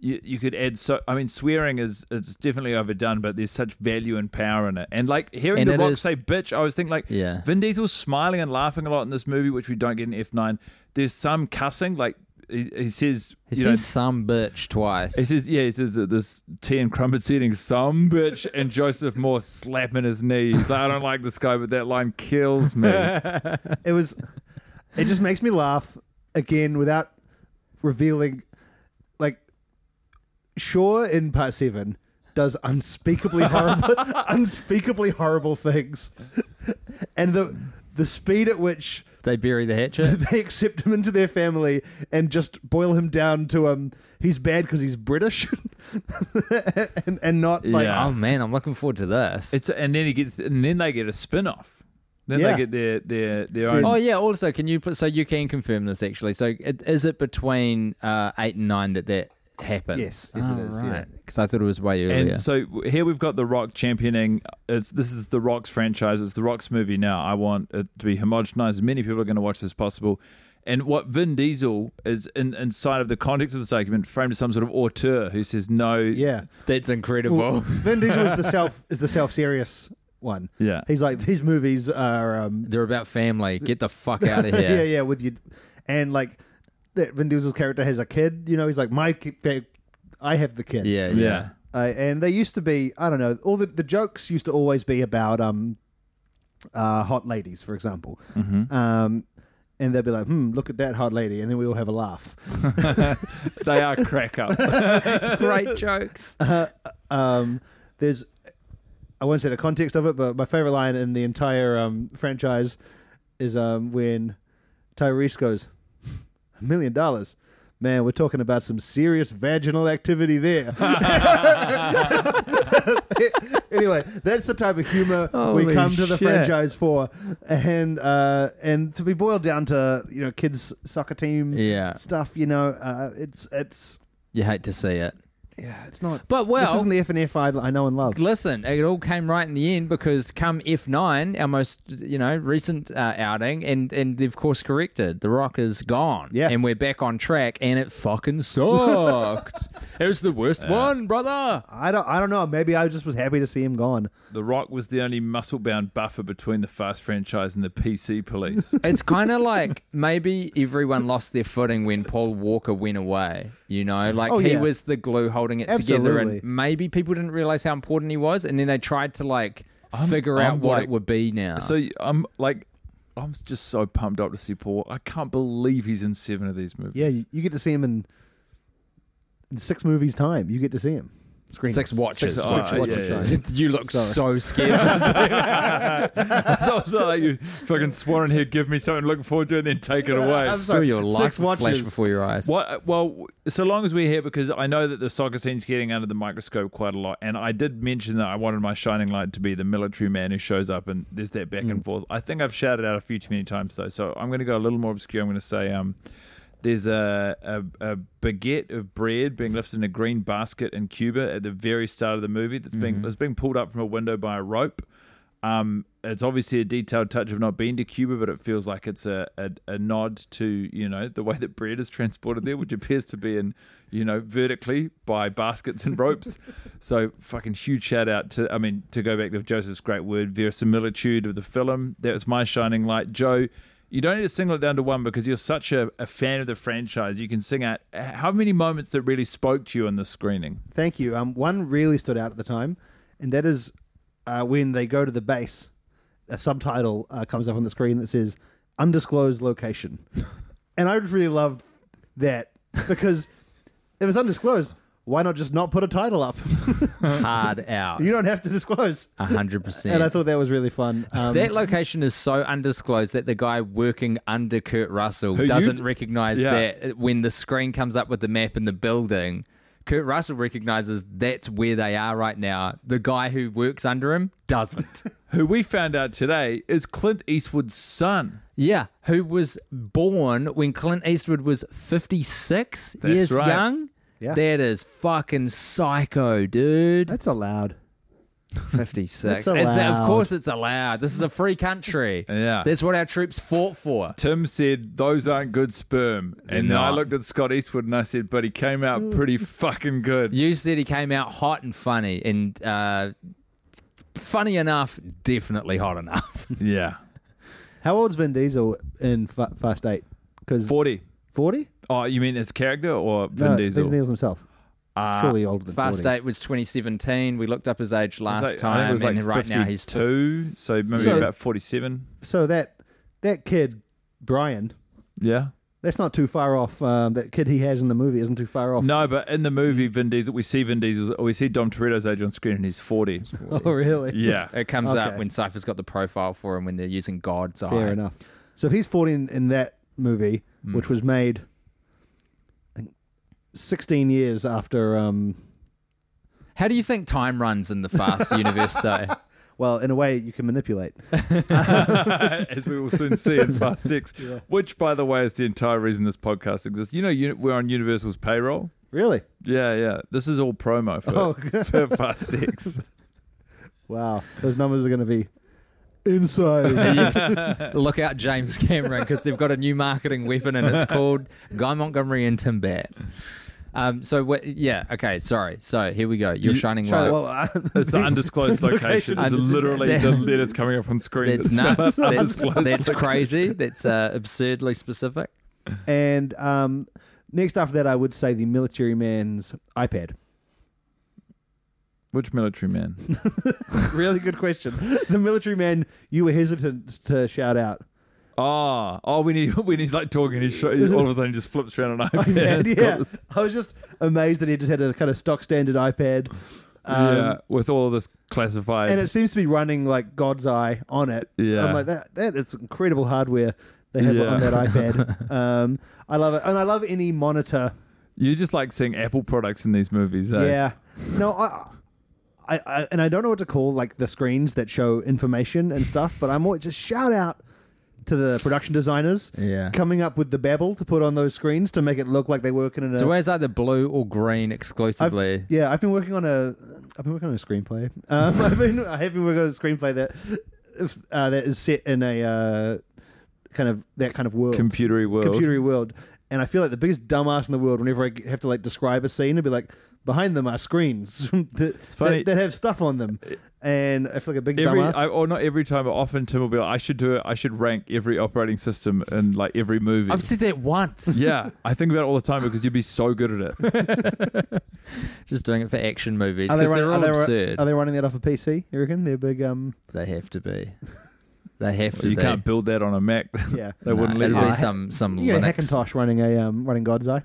Speaker 4: you, you could add so. I mean, swearing is it's definitely overdone, but there's such value and power in it. And like hearing
Speaker 3: And
Speaker 4: The
Speaker 3: it
Speaker 4: Rock
Speaker 3: is-
Speaker 4: say bitch, I was thinking like,
Speaker 3: Yeah.
Speaker 4: Vin Diesel's smiling and laughing a lot in this movie, which we don't get in F9. There's some cussing, like, he, he says,
Speaker 3: He
Speaker 4: you
Speaker 3: says
Speaker 4: know,
Speaker 3: some bitch twice.
Speaker 4: he says, yeah, he says that this tea and crumpets eating some bitch and Joseph Moore slapping his knees. Like, I don't like this guy, but that line
Speaker 3: [laughs]
Speaker 4: kills me.
Speaker 2: It was. It just makes me laugh again without revealing. Like, Shaw in part seven does unspeakably horrible, unspeakably horrible things, and the the speed at which
Speaker 3: they bury the hatchet.
Speaker 2: [laughs] they accept him into their family and just boil him down to um he's bad because he's British, [laughs] and, and not like
Speaker 4: Yeah.
Speaker 3: oh man, I'm looking forward to this.
Speaker 4: It's and then he gets and then they get a spin off. Then
Speaker 2: Yeah.
Speaker 4: they get their their their own.
Speaker 3: oh yeah. Also, can you put so you can confirm this actually? So it, is it between uh, eight and nine that that happened?
Speaker 2: Yes, yes, it is, yeah.
Speaker 3: Because I thought it was way
Speaker 4: And
Speaker 3: earlier.
Speaker 4: so here we've got The Rock championing. It's this is The Rock's franchise. It's The Rock's movie now. I want it to be homogenized. As many people are going to watch this as possible. And what Vin Diesel is in, inside of the context of this argument, framed as some sort of auteur who says no.
Speaker 2: yeah.
Speaker 3: That's incredible.
Speaker 2: Well, Vin Diesel is the self is the self serious one.
Speaker 4: Yeah.
Speaker 2: he's like these movies are. Um, [laughs]
Speaker 3: They're about family. Get the fuck out of
Speaker 2: yeah.
Speaker 3: here.
Speaker 2: yeah, with you, and like that Vin Diesel's character has a kid. You know, he's like my kid. they- I have the kid.
Speaker 3: yeah, yeah.
Speaker 4: Yeah.
Speaker 2: Uh, and they used to be, I don't know, all the, the jokes used to always be about um, uh, hot ladies, for example. Um, and they'd be like, hmm, look at that hot lady. And then we all have a laugh.
Speaker 4: They are
Speaker 3: [laughs]
Speaker 4: crack up. [laughs]
Speaker 3: Great jokes.
Speaker 2: [laughs] um, there's I won't say the context of it, but my favorite line in the entire um, franchise is um, when Tyrese goes, "A million dollars, man, we're talking about some serious vaginal activity there." [laughs] anyway, that's the type of humor we
Speaker 3: Holy
Speaker 2: come to the
Speaker 3: shit.
Speaker 2: franchise for, and uh, and to be boiled down to you know kids soccer team
Speaker 3: Yeah.
Speaker 2: stuff, you know, uh, it's it's
Speaker 3: You hate to see it.
Speaker 2: yeah, it's not.
Speaker 3: But, well-
Speaker 2: this isn't the F and F I, I know and love.
Speaker 3: Listen, it all came right in the end because come F9, our most you know recent uh, outing, and and they've course corrected. The Rock is gone,
Speaker 2: Yeah.
Speaker 3: and we're back on track, and it
Speaker 2: [laughs]
Speaker 3: fucking sucked. it was the worst one, brother.
Speaker 2: I don't. I don't know. Maybe I just was happy to see him gone.
Speaker 4: The Rock was the only muscle bound buffer between the Fast franchise and the PC police.
Speaker 3: It's kind of like maybe everyone lost their footing when Paul Walker went away. You know, like
Speaker 2: Oh,
Speaker 3: he
Speaker 2: yeah.
Speaker 3: was the glue holding it together,
Speaker 2: Absolutely.
Speaker 3: and maybe people didn't realize how important he was, and then they tried to like figure
Speaker 4: I'm
Speaker 3: out what
Speaker 4: like-
Speaker 3: it would be now.
Speaker 4: so I'm like, I'm just so pumped up to see Paul. I can't believe he's in seven of these movies. [laughs]
Speaker 2: Yeah, you, you get to see him in, in six movies time. You get to see him. Screen
Speaker 3: Six watches.
Speaker 4: Six
Speaker 2: Six
Speaker 4: Oh,
Speaker 2: watches
Speaker 4: yeah, yeah,
Speaker 2: time.
Speaker 3: [laughs]
Speaker 4: yeah.
Speaker 3: you look
Speaker 2: Sorry.
Speaker 3: so
Speaker 2: [laughs]
Speaker 3: scared.
Speaker 4: so it's not like you fucking swan in here, give me something to look forward to, and then take it away.
Speaker 3: I saw your life
Speaker 2: Six watches.
Speaker 3: flash before your eyes.
Speaker 4: What? Well, so long as we're here, because I know that the soccer scene's getting under the microscope quite a lot, and I did mention that I wanted my shining light to be the military man who shows up, and there's that back and forth. I think I've shouted out a few too many times though, so I'm going to go a little more obscure. I'm going to say, um, there's a, a a baguette of bread being lifted in a green basket in Cuba at the very start of the movie. That's being that's being pulled up from a window by a rope. Um, it's obviously a detailed touch of not being to Cuba, but it feels like it's a, a, a nod to you know the way that bread is transported there, which appears to be in you know vertically by baskets and ropes. so fucking huge shout out to I mean to go back to Joseph's great word verisimilitude of the film. That was my shining light, Joe. You don't need to single it down to one because you're such a, a fan of the franchise. You can sing out how many moments that really spoke to you in the screening.
Speaker 2: Thank you. Um, one really stood out at the time, and that is uh, when they go to the base. A subtitle uh, comes up on the screen that says "Undisclosed
Speaker 4: [laughs]
Speaker 2: Location," and I just really loved that because it was undisclosed. Why not just not put a title up? [laughs]
Speaker 3: Hard out.
Speaker 2: you don't have to disclose.
Speaker 3: A hundred
Speaker 2: And I
Speaker 3: percent.
Speaker 2: thought that was really fun. Um,
Speaker 3: That location is so undisclosed that the guy working under Kurt Russell doesn't recognize
Speaker 4: Yeah.
Speaker 3: that when the screen comes up with the map and the building. Kurt Russell recognizes that's where they are right now. The guy who works under him
Speaker 2: [laughs]
Speaker 3: doesn't.
Speaker 4: Who we found out today is Clint Eastwood's son.
Speaker 3: yeah, who was born when Clint Eastwood was 56
Speaker 4: That's
Speaker 3: years
Speaker 4: right.
Speaker 3: young.
Speaker 2: Yeah.
Speaker 3: That is fucking psycho, dude.
Speaker 2: that's allowed.
Speaker 3: 56.
Speaker 2: It's
Speaker 3: It's- of
Speaker 2: allowed.
Speaker 3: course, it's allowed. This is a free country.
Speaker 4: Yeah.
Speaker 3: That's what our troops fought for.
Speaker 4: Tim said, Those aren't good sperm. And then I
Speaker 3: not.
Speaker 4: looked at Scott Eastwood and I said, But he came
Speaker 2: Hmm.
Speaker 4: out pretty fucking good.
Speaker 3: You said he came out hot and funny, and uh, funny enough, definitely hot enough.
Speaker 4: Yeah.
Speaker 2: How old's Vin Diesel in Fa- Fast Eight? Because
Speaker 4: 40.
Speaker 2: 40?
Speaker 4: Oh, you mean his character or Vin
Speaker 2: no,
Speaker 4: Diesel? Ah,
Speaker 2: Vin Diesel himself. Surely older than
Speaker 3: Fast
Speaker 2: 40.
Speaker 3: Eight was 2017. We looked up his age
Speaker 4: It's
Speaker 3: last
Speaker 4: like- I think
Speaker 3: time,
Speaker 4: it was like
Speaker 3: and right now he's two.
Speaker 4: 52, so maybe
Speaker 2: So-
Speaker 4: about 47.
Speaker 2: So that that kid Brian,
Speaker 4: Yeah.
Speaker 2: that's not too far off. Um, that kid he has in the movie isn't too far off.
Speaker 4: Oh. No, but in the movie, Vin Diesel, we see Vin Diesel's, or we see Dom Toretto's age on screen and he's [laughs] 40.
Speaker 2: [laughs] Oh, really?
Speaker 4: Yeah. [laughs]
Speaker 3: It comes up
Speaker 2: Okay.
Speaker 3: when Cypher's got the profile for him when they're using God's eye.
Speaker 2: Fair enough. So he's 40 in, in that movie, which was made I think, 16 years after. Um,
Speaker 3: How do you think time runs in the
Speaker 4: [laughs]
Speaker 3: Fast universe, though?
Speaker 2: well, in a way, you can manipulate.
Speaker 4: as we will soon see in
Speaker 2: [laughs]
Speaker 4: Fast Six, which, by the way, is the entire reason this podcast exists. You know, uni- we're on Universal's payroll.
Speaker 2: Really?
Speaker 4: Yeah, yeah. This is all promo for,
Speaker 2: Oh.
Speaker 4: [laughs] for
Speaker 2: [laughs]
Speaker 4: Fast Six.
Speaker 2: Wow. Those numbers are going to be
Speaker 3: [laughs]
Speaker 2: [laughs] insane.
Speaker 3: Look out, James Cameron, because they've got a new marketing weapon, and it's called Guy Montgomery and Tim Bat. Um, so what, yeah, okay, sorry. So here we go. You're
Speaker 4: You-
Speaker 3: shining lights.
Speaker 2: well, uh, I- [laughs]
Speaker 4: It's the undisclosed location. It's
Speaker 3: Und-
Speaker 4: literally the letters coming up on screen.
Speaker 3: That's
Speaker 4: that spell
Speaker 2: [laughs]
Speaker 3: nuts. That's,
Speaker 4: out undisclosed
Speaker 3: that's
Speaker 4: location.
Speaker 3: crazy. That's uh, absurdly specific.
Speaker 2: and um, next after that, I would say the military man's
Speaker 4: [laughs]
Speaker 2: iPad.
Speaker 4: Which military man? [laughs]
Speaker 2: really good question. [laughs] The military man you were hesitant to shout
Speaker 4: [laughs]
Speaker 2: out.
Speaker 4: Oh, oh, when he [laughs] when he's like talking, he sho- all of a sudden just flips around an iPad.
Speaker 2: And [laughs]
Speaker 4: It's
Speaker 2: yeah,
Speaker 4: got this-
Speaker 2: I was just amazed that he just had a kind of stock standard iPad. Um,
Speaker 4: [laughs] yeah, with all of this classified.
Speaker 2: And it seems to be running like God's eye on it.
Speaker 4: Yeah.
Speaker 2: I'm like that. That is incredible hardware they have
Speaker 4: Yeah.
Speaker 2: on that
Speaker 4: [laughs]
Speaker 2: iPad. um, I love it, and I love any monitor.
Speaker 4: you just like seeing Apple products in these movies. Eh?
Speaker 2: Yeah. No, I, I, I, and I don't know what to call like the screens that show information and stuff, but I'm always just shout out to the production designers
Speaker 3: Yeah.
Speaker 2: coming up with the babble to put on those screens to make it look like they're working in a.
Speaker 3: So where's either blue or green
Speaker 2: I've-
Speaker 3: exclusively?
Speaker 2: yeah, I've been working on a. I've been working on a screenplay. Um, [laughs] I've been. I have been working on a screenplay that if, uh, that is set in a uh, kind of that kind of world,
Speaker 4: Computery world.
Speaker 2: computery world. And I feel like the biggest dumbass in the world whenever I g- have to like describe a scene and be like, behind them are screens [laughs] that,
Speaker 4: funny.
Speaker 2: that, that have stuff on them, and I feel like a big
Speaker 4: Every,
Speaker 2: dumbass.
Speaker 4: I, or not every time, but often Tim will be like, "I should do it. I should rank every operating system in like every movie."
Speaker 5: I've said that
Speaker 3: [laughs]
Speaker 5: once.
Speaker 4: yeah, I think about it all the time because you'd be so good at it.
Speaker 3: Just doing it for action movies
Speaker 2: Are they
Speaker 3: because
Speaker 2: run-
Speaker 3: they're all
Speaker 2: are they ru-
Speaker 3: absurd.
Speaker 2: Are they running that off a PC? You reckon they're big?
Speaker 3: [laughs]
Speaker 2: Um,
Speaker 3: They have to be. They have to
Speaker 4: you
Speaker 3: be.
Speaker 4: can't build that on
Speaker 3: [laughs]
Speaker 4: a Mac.
Speaker 2: yeah.
Speaker 4: they wouldn't let
Speaker 3: it'd
Speaker 4: you.
Speaker 3: be
Speaker 2: Oh,
Speaker 3: some some
Speaker 2: You got a
Speaker 3: Linux.
Speaker 2: Hackintosh running a um, running God's Eye.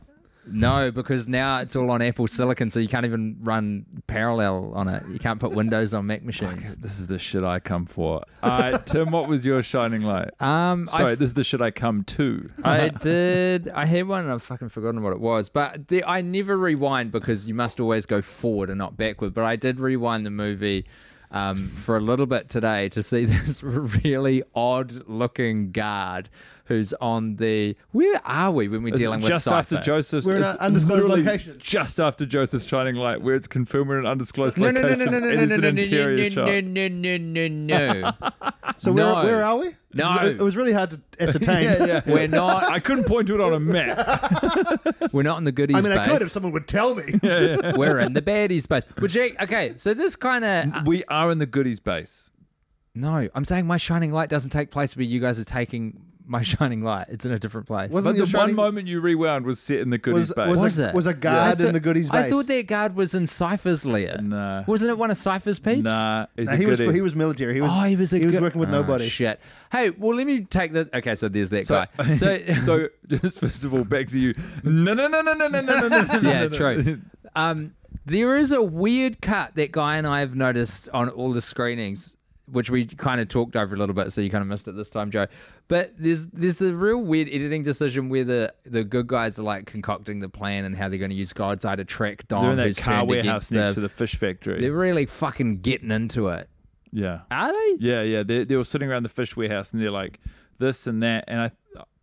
Speaker 3: No, because now it's all on Apple Silicon, so you can't even run parallel on it. You can't put Windows on Mac machines.
Speaker 4: This is the shit I come [laughs] for. Uh, Tim, what was your shining light?
Speaker 3: Um, I
Speaker 4: [laughs] Sorry, this is the shit I come to. [laughs]
Speaker 3: I did. I had one and I've fucking forgotten what it was. But the, I never rewind because you must always go forward and not backward. But I did rewind the movie um, for a little bit today to see [laughs] this really odd looking guard who's on the. Where are we when we're
Speaker 4: It's
Speaker 3: dealing with
Speaker 4: just
Speaker 3: sci-fi?
Speaker 4: after Joseph's.
Speaker 2: We're in
Speaker 4: it's
Speaker 2: an undisclosed
Speaker 4: literally
Speaker 2: location.
Speaker 4: Just after Joseph's shining light, where it's confirmed we're in an undisclosed
Speaker 3: No, no, no,
Speaker 4: location.
Speaker 3: no, no, no,
Speaker 4: It
Speaker 3: no,
Speaker 4: is
Speaker 3: no,
Speaker 4: an
Speaker 3: no, no,
Speaker 4: interior shot. [laughs]
Speaker 3: no, no, no, no, no, no.
Speaker 2: So
Speaker 3: No.
Speaker 2: where, where are we?
Speaker 3: No.
Speaker 2: It was, it was really hard
Speaker 3: [laughs]
Speaker 2: to ascertain.
Speaker 3: We're not.
Speaker 4: I couldn't point to it on
Speaker 2: [laughs]
Speaker 4: a map.
Speaker 3: We're not in the goodies.
Speaker 2: I mean, I could if
Speaker 3: space.
Speaker 2: someone would tell
Speaker 3: [laughs]
Speaker 2: me.
Speaker 3: We're in the baddies space. Which, okay, so this kind of
Speaker 4: we are in the goodies base.
Speaker 3: No, I'm saying my shining light doesn't take place where you guys are taking my [laughs] shining light. It's in a different place.
Speaker 4: But
Speaker 2: Wasn't
Speaker 4: the
Speaker 2: your shining-
Speaker 4: one moment you rewound was set in the goodies
Speaker 2: was,
Speaker 4: base.
Speaker 2: was,
Speaker 3: Was
Speaker 2: a,
Speaker 3: it?
Speaker 2: was a guard
Speaker 3: I
Speaker 2: in the goodies base.
Speaker 3: I thought their guard was in Cypher's lair.
Speaker 4: Nah.
Speaker 3: Wasn't it one of Cypher's peeps?
Speaker 4: Nah, he's
Speaker 2: No,
Speaker 4: a
Speaker 2: he was
Speaker 4: goodie.
Speaker 2: he was military. He was
Speaker 3: oh, he was a
Speaker 2: he was
Speaker 3: go-
Speaker 2: working with
Speaker 3: Oh,
Speaker 2: nobody.
Speaker 3: Shit. Hey, well, let me take this. Okay, so there's that
Speaker 4: So,
Speaker 2: [laughs]
Speaker 3: guy. [laughs] So,
Speaker 4: so just first of all, back to you. No, no, no, no, no, no, no, no, [laughs] no, no.
Speaker 3: yeah, true. Um, there is a weird cut that Guy and I have noticed on all the screenings, which we kind of talked over a little bit, so you kind of missed it this time, Joe. But there's there's a real weird editing decision where the, the good guys are like concocting the plan and how they're going to use God's Eye to track Dom,
Speaker 4: They're in that
Speaker 3: who's
Speaker 4: car
Speaker 3: turned
Speaker 4: warehouse
Speaker 3: against
Speaker 4: next
Speaker 3: them.
Speaker 4: to the fish factory.
Speaker 3: They're really fucking getting into it,
Speaker 4: yeah,
Speaker 3: are they?
Speaker 4: yeah, yeah. They, they were sitting around the fish warehouse, and they're like this and that. And I,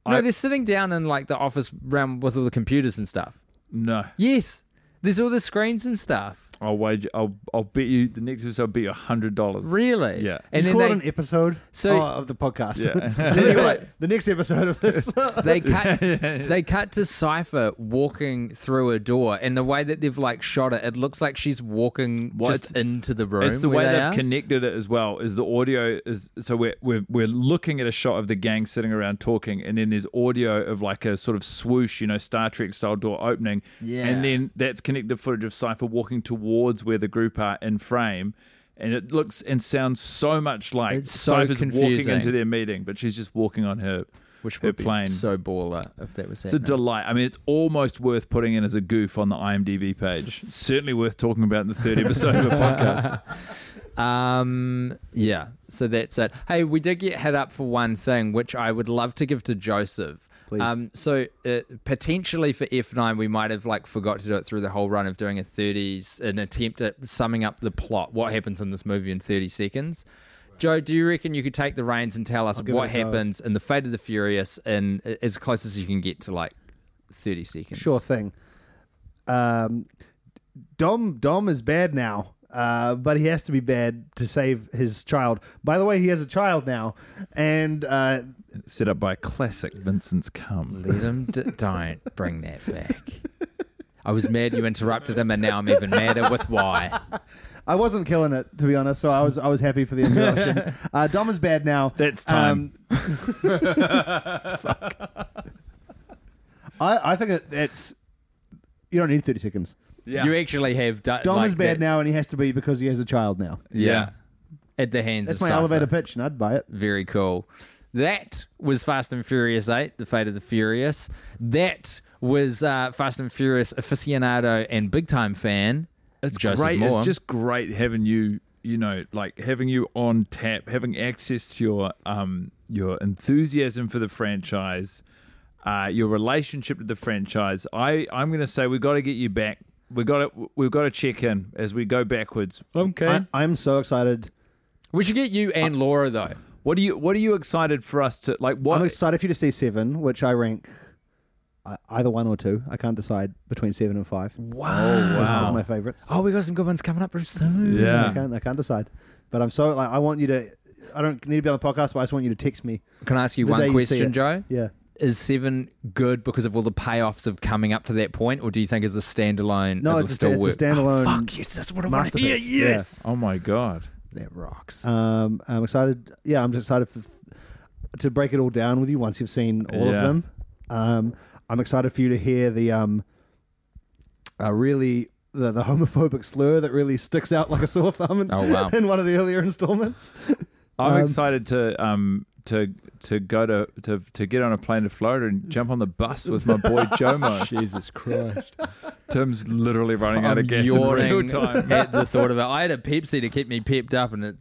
Speaker 4: I
Speaker 3: No, they're sitting down in like the office room with all the computers and stuff.
Speaker 4: no.
Speaker 3: Yes, there's all the screens and stuff.
Speaker 4: I'll wage. I'll. I'll bet you the next episode. I'll bet you a hundred dollars.
Speaker 3: Really?
Speaker 4: Yeah.
Speaker 2: Just
Speaker 3: And then
Speaker 2: call it
Speaker 3: they,
Speaker 2: an episode
Speaker 3: So-
Speaker 2: oh, of the podcast. [laughs]
Speaker 4: Yeah.
Speaker 3: so anyway,
Speaker 2: the next episode of this.
Speaker 4: [laughs]
Speaker 3: they cut they cut to Cypher walking through a door and the way that they've like shot it, it looks like she's walking
Speaker 4: Well,
Speaker 3: just
Speaker 4: it's-
Speaker 3: into the room.
Speaker 4: It's the
Speaker 3: where
Speaker 4: way
Speaker 3: they
Speaker 4: they've
Speaker 3: are.
Speaker 4: connected it as well. Is the audio is so we're, we're we're looking at a shot of the gang sitting around talking, and then there's audio of like a sort of swoosh, you know, Star Trek style door opening,
Speaker 3: Yeah.
Speaker 4: and then that's connected footage of Cipher walking towards where the group are in frame, and it looks and sounds so much like
Speaker 3: It's so
Speaker 4: Cypher's walking
Speaker 3: confusing.
Speaker 4: into their meeting, but she's just walking on her
Speaker 3: which
Speaker 4: her
Speaker 3: would be
Speaker 4: plane.
Speaker 3: so baller if that was
Speaker 4: It's a
Speaker 3: happening.
Speaker 4: delight. I mean, it's almost worth putting in as a goof on the IMDb
Speaker 3: [laughs]
Speaker 4: page. Certainly worth talking about in the third episode of a podcast.
Speaker 3: um yeah. So that's it. Hey, we did get hit up for one thing, which I would love to give to Joseph.
Speaker 2: Please.
Speaker 3: Um so uh, potentially for F9 we might have like forgot to do it through the whole run of doing a 30s an attempt at summing up the plot, what happens in this movie in 30 seconds. Joe, do you reckon you could take the reins and tell us
Speaker 2: give
Speaker 3: what
Speaker 2: it a go.
Speaker 3: happens in the Fate of the Furious in as close as you can get to like thirty seconds?
Speaker 2: Sure thing. Um, Dom Dom is bad now, uh, but he has to be bad to save his child. By the way, he has a child now, and uh,
Speaker 4: Set up by classic Vincent's Cum.
Speaker 3: Let him d- don't bring that back. I was mad you interrupted him, and now I'm even madder with why.
Speaker 2: I wasn't killing it to be honest. So I was I was happy for the
Speaker 3: [laughs]
Speaker 2: interruption. uh, Dom is bad now.
Speaker 4: That's time.
Speaker 2: Um, [laughs] I I think it, it's you don't need thirty seconds.
Speaker 4: Yeah.
Speaker 3: You actually have done.
Speaker 2: Dom
Speaker 3: like
Speaker 2: is bad
Speaker 3: that-
Speaker 2: now, and he has to be because he has a child now.
Speaker 3: Yeah. At the hands
Speaker 2: That's
Speaker 3: of
Speaker 2: my
Speaker 3: Cypher.
Speaker 2: elevator pitch, and I'd buy it.
Speaker 3: Very cool. That was Fast and Furious 8, The Fate of the Furious. That was uh, Fast and Furious aficionado and big time fan.
Speaker 4: It's
Speaker 3: Joseph
Speaker 4: great.
Speaker 3: Moore.
Speaker 4: It's just great having you, you know, like having you on tap, having access to your um your enthusiasm for the franchise, uh, your relationship to the franchise. I I'm gonna say we got to get you back. We got to we've got to check in as we go backwards.
Speaker 3: Okay.
Speaker 2: I, I'm so excited.
Speaker 3: we should get you and Laura, though.
Speaker 4: What are you What are you excited for us to like? What
Speaker 2: I'm excited for you to see seven, which I rank uh, either one or two. I can't decide between seven and five.
Speaker 4: Oh,
Speaker 3: Wow.
Speaker 2: Those are my favorites.
Speaker 3: Oh, we got some good ones coming up soon.
Speaker 2: I
Speaker 4: Yeah.
Speaker 2: can't. I can't decide. But I'm so like I want you to. I don't need to be on the podcast, but I just want you to text me.
Speaker 3: Can I ask you
Speaker 2: the day
Speaker 3: one
Speaker 2: you see
Speaker 3: question,
Speaker 2: it.
Speaker 3: Joe?
Speaker 2: Yeah.
Speaker 3: Is Seven good because of all the payoffs of coming up to that point, or do you think as a standalone
Speaker 2: No,
Speaker 3: it'll
Speaker 2: it's a,
Speaker 3: still
Speaker 2: sta- it's
Speaker 3: work?
Speaker 2: a standalone.
Speaker 3: Fuck yes, that's what I want to hear.
Speaker 2: masterpiece. Yeah.
Speaker 3: Yes,
Speaker 4: Oh my god.
Speaker 3: that rocks.
Speaker 2: Um, I'm excited. Yeah, I'm just excited for, to break it all down with you once you've seen all
Speaker 4: Yeah.
Speaker 2: of them. Um, I'm excited for you to hear the um, uh, really the, the homophobic slur that really sticks out like a sore thumb in,
Speaker 3: Oh, wow.
Speaker 2: [laughs] in one of the earlier installments.
Speaker 4: I'm
Speaker 2: Um,
Speaker 4: excited to um to to go to, to to get on a plane to Florida and jump on the bus with
Speaker 3: [laughs]
Speaker 4: my boy Jomo. Jesus Christ. Tim's literally running out
Speaker 3: I'm
Speaker 4: of gas in real
Speaker 3: yawning [laughs]
Speaker 4: time.
Speaker 3: at the thought of it. I had a Pepsi to keep me pepped up, and it.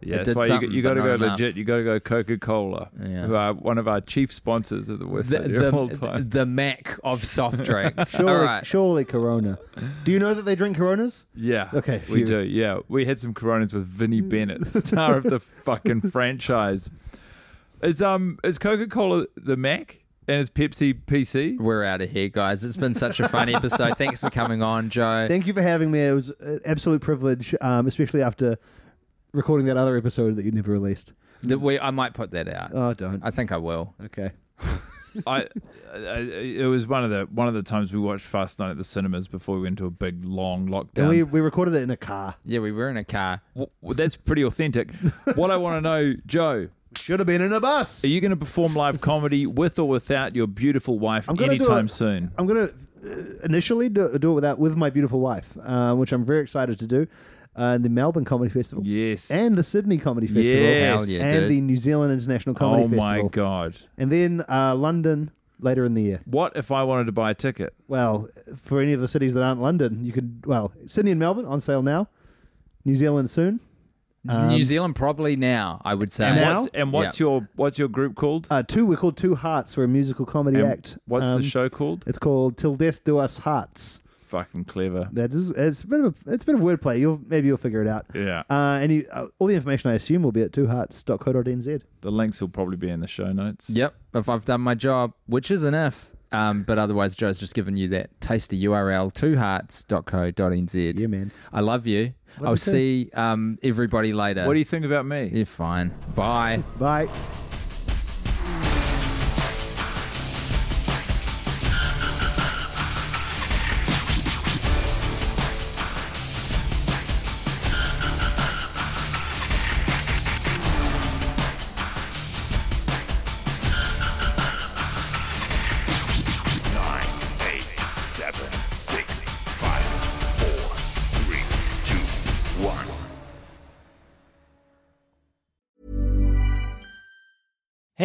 Speaker 4: Yeah,
Speaker 3: did
Speaker 4: that's why you,
Speaker 3: something,
Speaker 4: you got to
Speaker 3: but
Speaker 4: go
Speaker 3: not enough.
Speaker 4: legit. You got to go Coca Cola,
Speaker 3: Yeah.
Speaker 4: who are one of our chief sponsors of the West
Speaker 3: The,
Speaker 4: Side Area all
Speaker 3: the,
Speaker 4: time.
Speaker 3: the Mac
Speaker 2: [laughs]
Speaker 3: of soft drinks.
Speaker 2: Surely,
Speaker 3: All right.
Speaker 2: surely Corona. Do you know that they drink Coronas?
Speaker 4: yeah.
Speaker 2: Okay,
Speaker 4: We
Speaker 2: phew.
Speaker 4: do. Yeah. We had some Coronas
Speaker 3: [laughs]
Speaker 4: with Vinnie Bennett, star of the fucking franchise. Is um is Coca Cola the Mac and is Pepsi PC?
Speaker 3: We're out of here, guys. It's been such a fun episode. Thanks for coming on, Joe.
Speaker 2: Thank you for having me. It was an absolute privilege, um, especially after recording that other episode that you never released.
Speaker 3: That we- I might put that out.
Speaker 2: Oh, don't.
Speaker 3: I think I will.
Speaker 2: Okay.
Speaker 4: I, I it was one of the one of the times we watched Fast Night at the cinemas before we went to a big long lockdown.
Speaker 2: And we, we recorded it in a car.
Speaker 3: Yeah, we were in a car.
Speaker 4: W- w- that's pretty authentic. what I
Speaker 2: [laughs]
Speaker 4: want to know, Joe,
Speaker 2: Should have been in a bus.
Speaker 4: Are you going to perform live comedy with or without your beautiful wife
Speaker 2: I'm gonna do
Speaker 4: anytime
Speaker 2: it.
Speaker 4: soon?
Speaker 2: I'm gonna uh, initially do, do it without with my beautiful wife, uh, which I'm very excited to do, uh, and the Melbourne Comedy Festival,
Speaker 4: Yes.
Speaker 2: and the Sydney Comedy Festival,
Speaker 4: Yes. Hell
Speaker 3: yeah,
Speaker 2: and
Speaker 3: dude.
Speaker 2: the New Zealand International Comedy
Speaker 4: oh
Speaker 2: Festival,
Speaker 4: my god!
Speaker 2: and then uh, London later in the year.
Speaker 4: What if I wanted to buy a ticket?
Speaker 2: Well, for any of the cities that aren't London, you could well Sydney and Melbourne on sale now, New Zealand soon. Um,
Speaker 3: New Zealand probably now, I would say.
Speaker 4: And
Speaker 2: Now?
Speaker 4: what's, and what's your what's your group called?
Speaker 2: Uh, two we're called Two Hearts. We're a musical comedy
Speaker 4: And
Speaker 2: act.
Speaker 4: What's
Speaker 2: Um,
Speaker 4: the show called?
Speaker 2: It's called Till Death Do Us Hearts.
Speaker 4: Fucking clever.
Speaker 2: That is, it's a bit of a, it's a bit of wordplay. You'll maybe you'll figure it out.
Speaker 4: Yeah.
Speaker 2: Uh, and you, uh, all the information I assume will be at twohearts.co.nz.
Speaker 4: The links will probably be in the show notes.
Speaker 3: Yep, if I've done my job, which is an if. Um, but otherwise, Joe's just given you that tasty URL, twohearts.co.nz.
Speaker 2: Yeah, man.
Speaker 3: I love you. I'll
Speaker 2: you too.
Speaker 3: see um, everybody later.
Speaker 4: What do you think about me?
Speaker 3: You're fine. Bye.
Speaker 2: Bye.
Speaker 1: Nine, eight, seven, six, five, four, three, two, one.